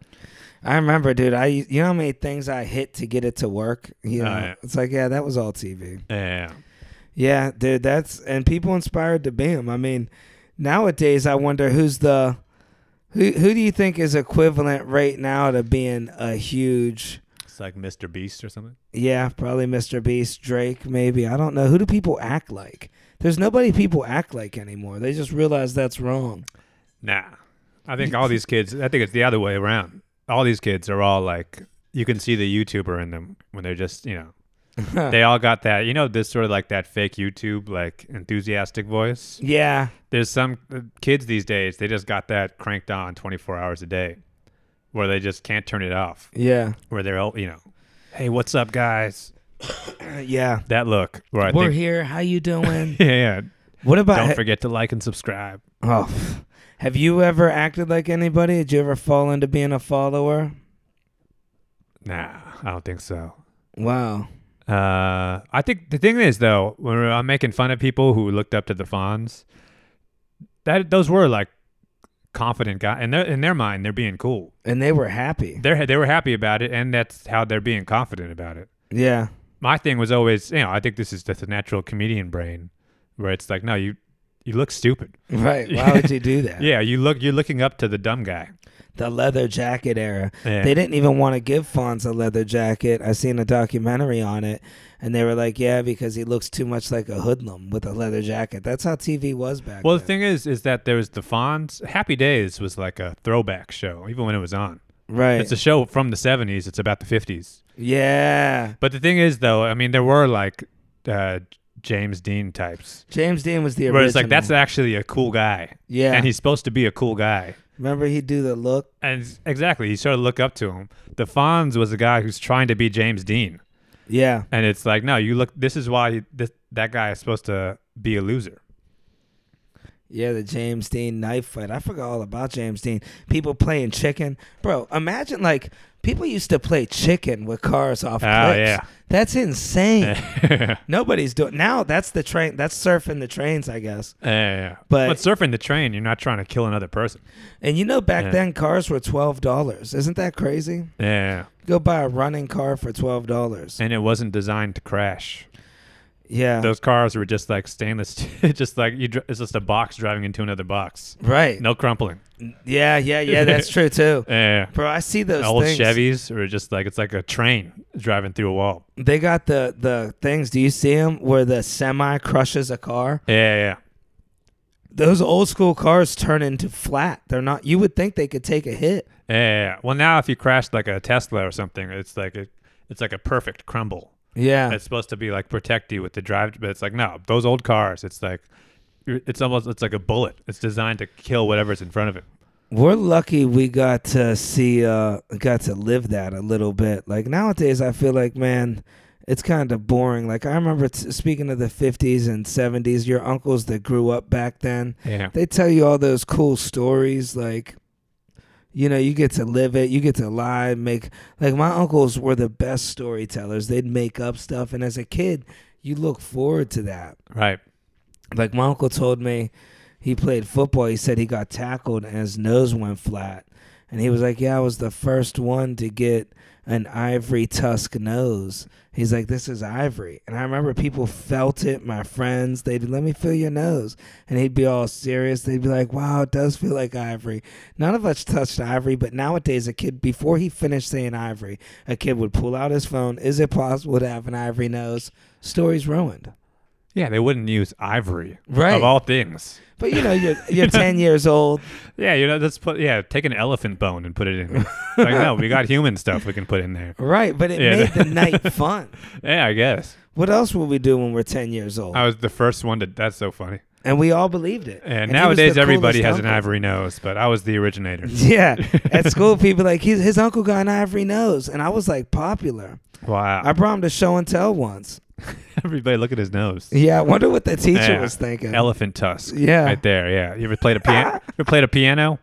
A: I remember, dude. I you know how many things I hit to get it to work. You
B: Oh,
A: know,
B: yeah.
A: it's like yeah, that was all TV.
B: Yeah,
A: Yeah, dude. That's and people inspired to be him. I mean, nowadays I wonder who's the who who do you think is equivalent right now to being a huge
B: it's like Mr. Beast or something.
A: yeah probably Mr. Beast Drake maybe I don't know who do people act like. There's nobody people act like anymore. They just realize that's wrong.
B: Nah, I think all these kids. I think it's the other way around. All these kids are all like you can see the YouTuber in them when they're just you know (laughs) they all got that you know this sort of like that fake YouTube like enthusiastic voice.
A: yeah,
B: there's some uh, kids these days they just got that cranked on 24 hours a day where they just can't turn it off
A: yeah,
B: where they're all you know hey what's up guys
A: Uh, yeah.
B: that look where i
A: We're
B: think
A: here. How you doing?
B: (laughs) yeah, yeah
A: (laughs) what about
B: don't forget to like and subscribe
A: Oh, pff. have you ever acted like anybody? Did you ever fall into being a follower?
B: nah i don't think so
A: Wow.
B: uh i think the thing is though when i'm making fun of people who looked up to the fawns that those were like confident guys and in their mind they're being cool
A: And they were happy.
B: they're they were happy about it and that's how they're being confident about it
A: Yeah.
B: my thing was always, you know, I think this is just the natural comedian brain, where it's like, no, you, you look stupid.
A: Right.
B: (laughs)
A: Why would you do that?
B: Yeah, you look, you're looking up to the dumb guy.
A: The leather jacket era.
B: Yeah.
A: They didn't even want to give Fonz a leather jacket. I seen a documentary on it, and they were like, "Yeah, because he looks too much like a hoodlum with a leather jacket." That's how TV was back.
B: well, the
A: then.
B: thing is, is that there was the Fonz. Happy Days was like a throwback show, even when it was on.
A: right?
B: It's a show from the '70s. It's about the '50s.
A: yeah.
B: But the thing is, though, I mean, there were like uh, James Dean types,
A: James Dean was the original.
B: where it's like that's actually a cool guy,
A: yeah.
B: and he's supposed to be a cool guy.
A: Remember he do the look.
B: And s- exactly, you sort of look up to him. The Fonz was a guy who's trying to be James Dean.
A: Yeah.
B: And it's like, no, you look. This is why this, that guy is supposed to be a loser. (laughs)
A: Yeah, the James Dean knife fight. I forgot all about James Dean. People playing chicken. Bro, imagine like people used to play chicken with cars off
B: Oh,
A: cliffs.
B: yeah.
A: That's insane.
B: yeah,
A: Nobody's doing now that's the train that's surfing the trains, I guess.
B: yeah.
A: But-
B: but surfing the train, you're not trying to kill another person.
A: And you know back
B: Yeah.
A: then cars were twelve dollars. Isn't that crazy?
B: Yeah,
A: Go buy a running car for twelve dollars.
B: and it wasn't designed to crash.
A: Yeah.
B: Those cars were just like stainless, (laughs) just like you. dr- It's just a box driving into another box.
A: right.
B: No crumpling.
A: Yeah, yeah, yeah, that's true too.
B: Yeah,
A: Bro, I see those
B: old
A: things.
B: Chevys were just like it's like a train driving through a wall.
A: They got the the things. Do you see them where the semi crushes a car?
B: Yeah, yeah.
A: those old school cars turn into flat. They're not. You would think they could take a hit.
B: Yeah, yeah, yeah. Well, now if you crashed like a Tesla or something, it's like a, it's like a perfect crumble.
A: Yeah.
B: it's supposed to be like protect you with the drive but it's like no those old cars it's like it's almost it's like a bullet it's designed to kill whatever's in front of it
A: We're lucky we got to see, uh, got to live that a little bit. Like nowadays, I feel like man, it's kind of boring. Like I remember t- speaking of the '50s and '70s. Your uncles that grew up back then,
B: yeah
A: they tell you all those cool stories. Like, you know, you get to live it. You get to lie, make like my uncles were the best storytellers. They'd make up stuff, and as a kid, you look forward to that.
B: right
A: like my uncle told me he played football he said he got tackled and his nose went flat and he was like yeah i was the first one to get an ivory tusk nose he's like this is ivory and i remember people felt it my friends they'd let me feel your nose and he'd be all serious they'd be like wow it does feel like ivory none of us touched ivory but nowadays a kid before he finished saying ivory a kid would pull out his phone is it possible to have an ivory nose story's ruined
B: yeah they wouldn't use ivory
A: Right.
B: of all things
A: but you know you're,
B: (laughs)
A: you're 10 years old
B: yeah you know let's put yeah take an elephant bone and put it in like no
A: (laughs)
B: we got human stuff we can put in there
A: Right, but it
B: Yeah.
A: made the
B: (laughs)
A: night fun.
B: yeah i guess
A: What else will we do when we're 10 years old?
B: i was the first one to that's so funny
A: and we all believed it. he was
B: and, nowadays
A: the
B: everybody has
A: coolest
B: an
A: uncle.
B: ivory nose but i was
A: (laughs)
B: the originator
A: Yeah.
B: (laughs)
A: At school, people like, his, his uncle got an ivory nose. And I was like, popular.
B: wow
A: I brought him to show and tell once.
B: everybody look at his nose
A: Yeah, I wonder what the teacher
B: Yeah.
A: was thinking.
B: elephant tusk
A: Yeah. (laughs)
B: right there yeah you ever played a piano ever played a piano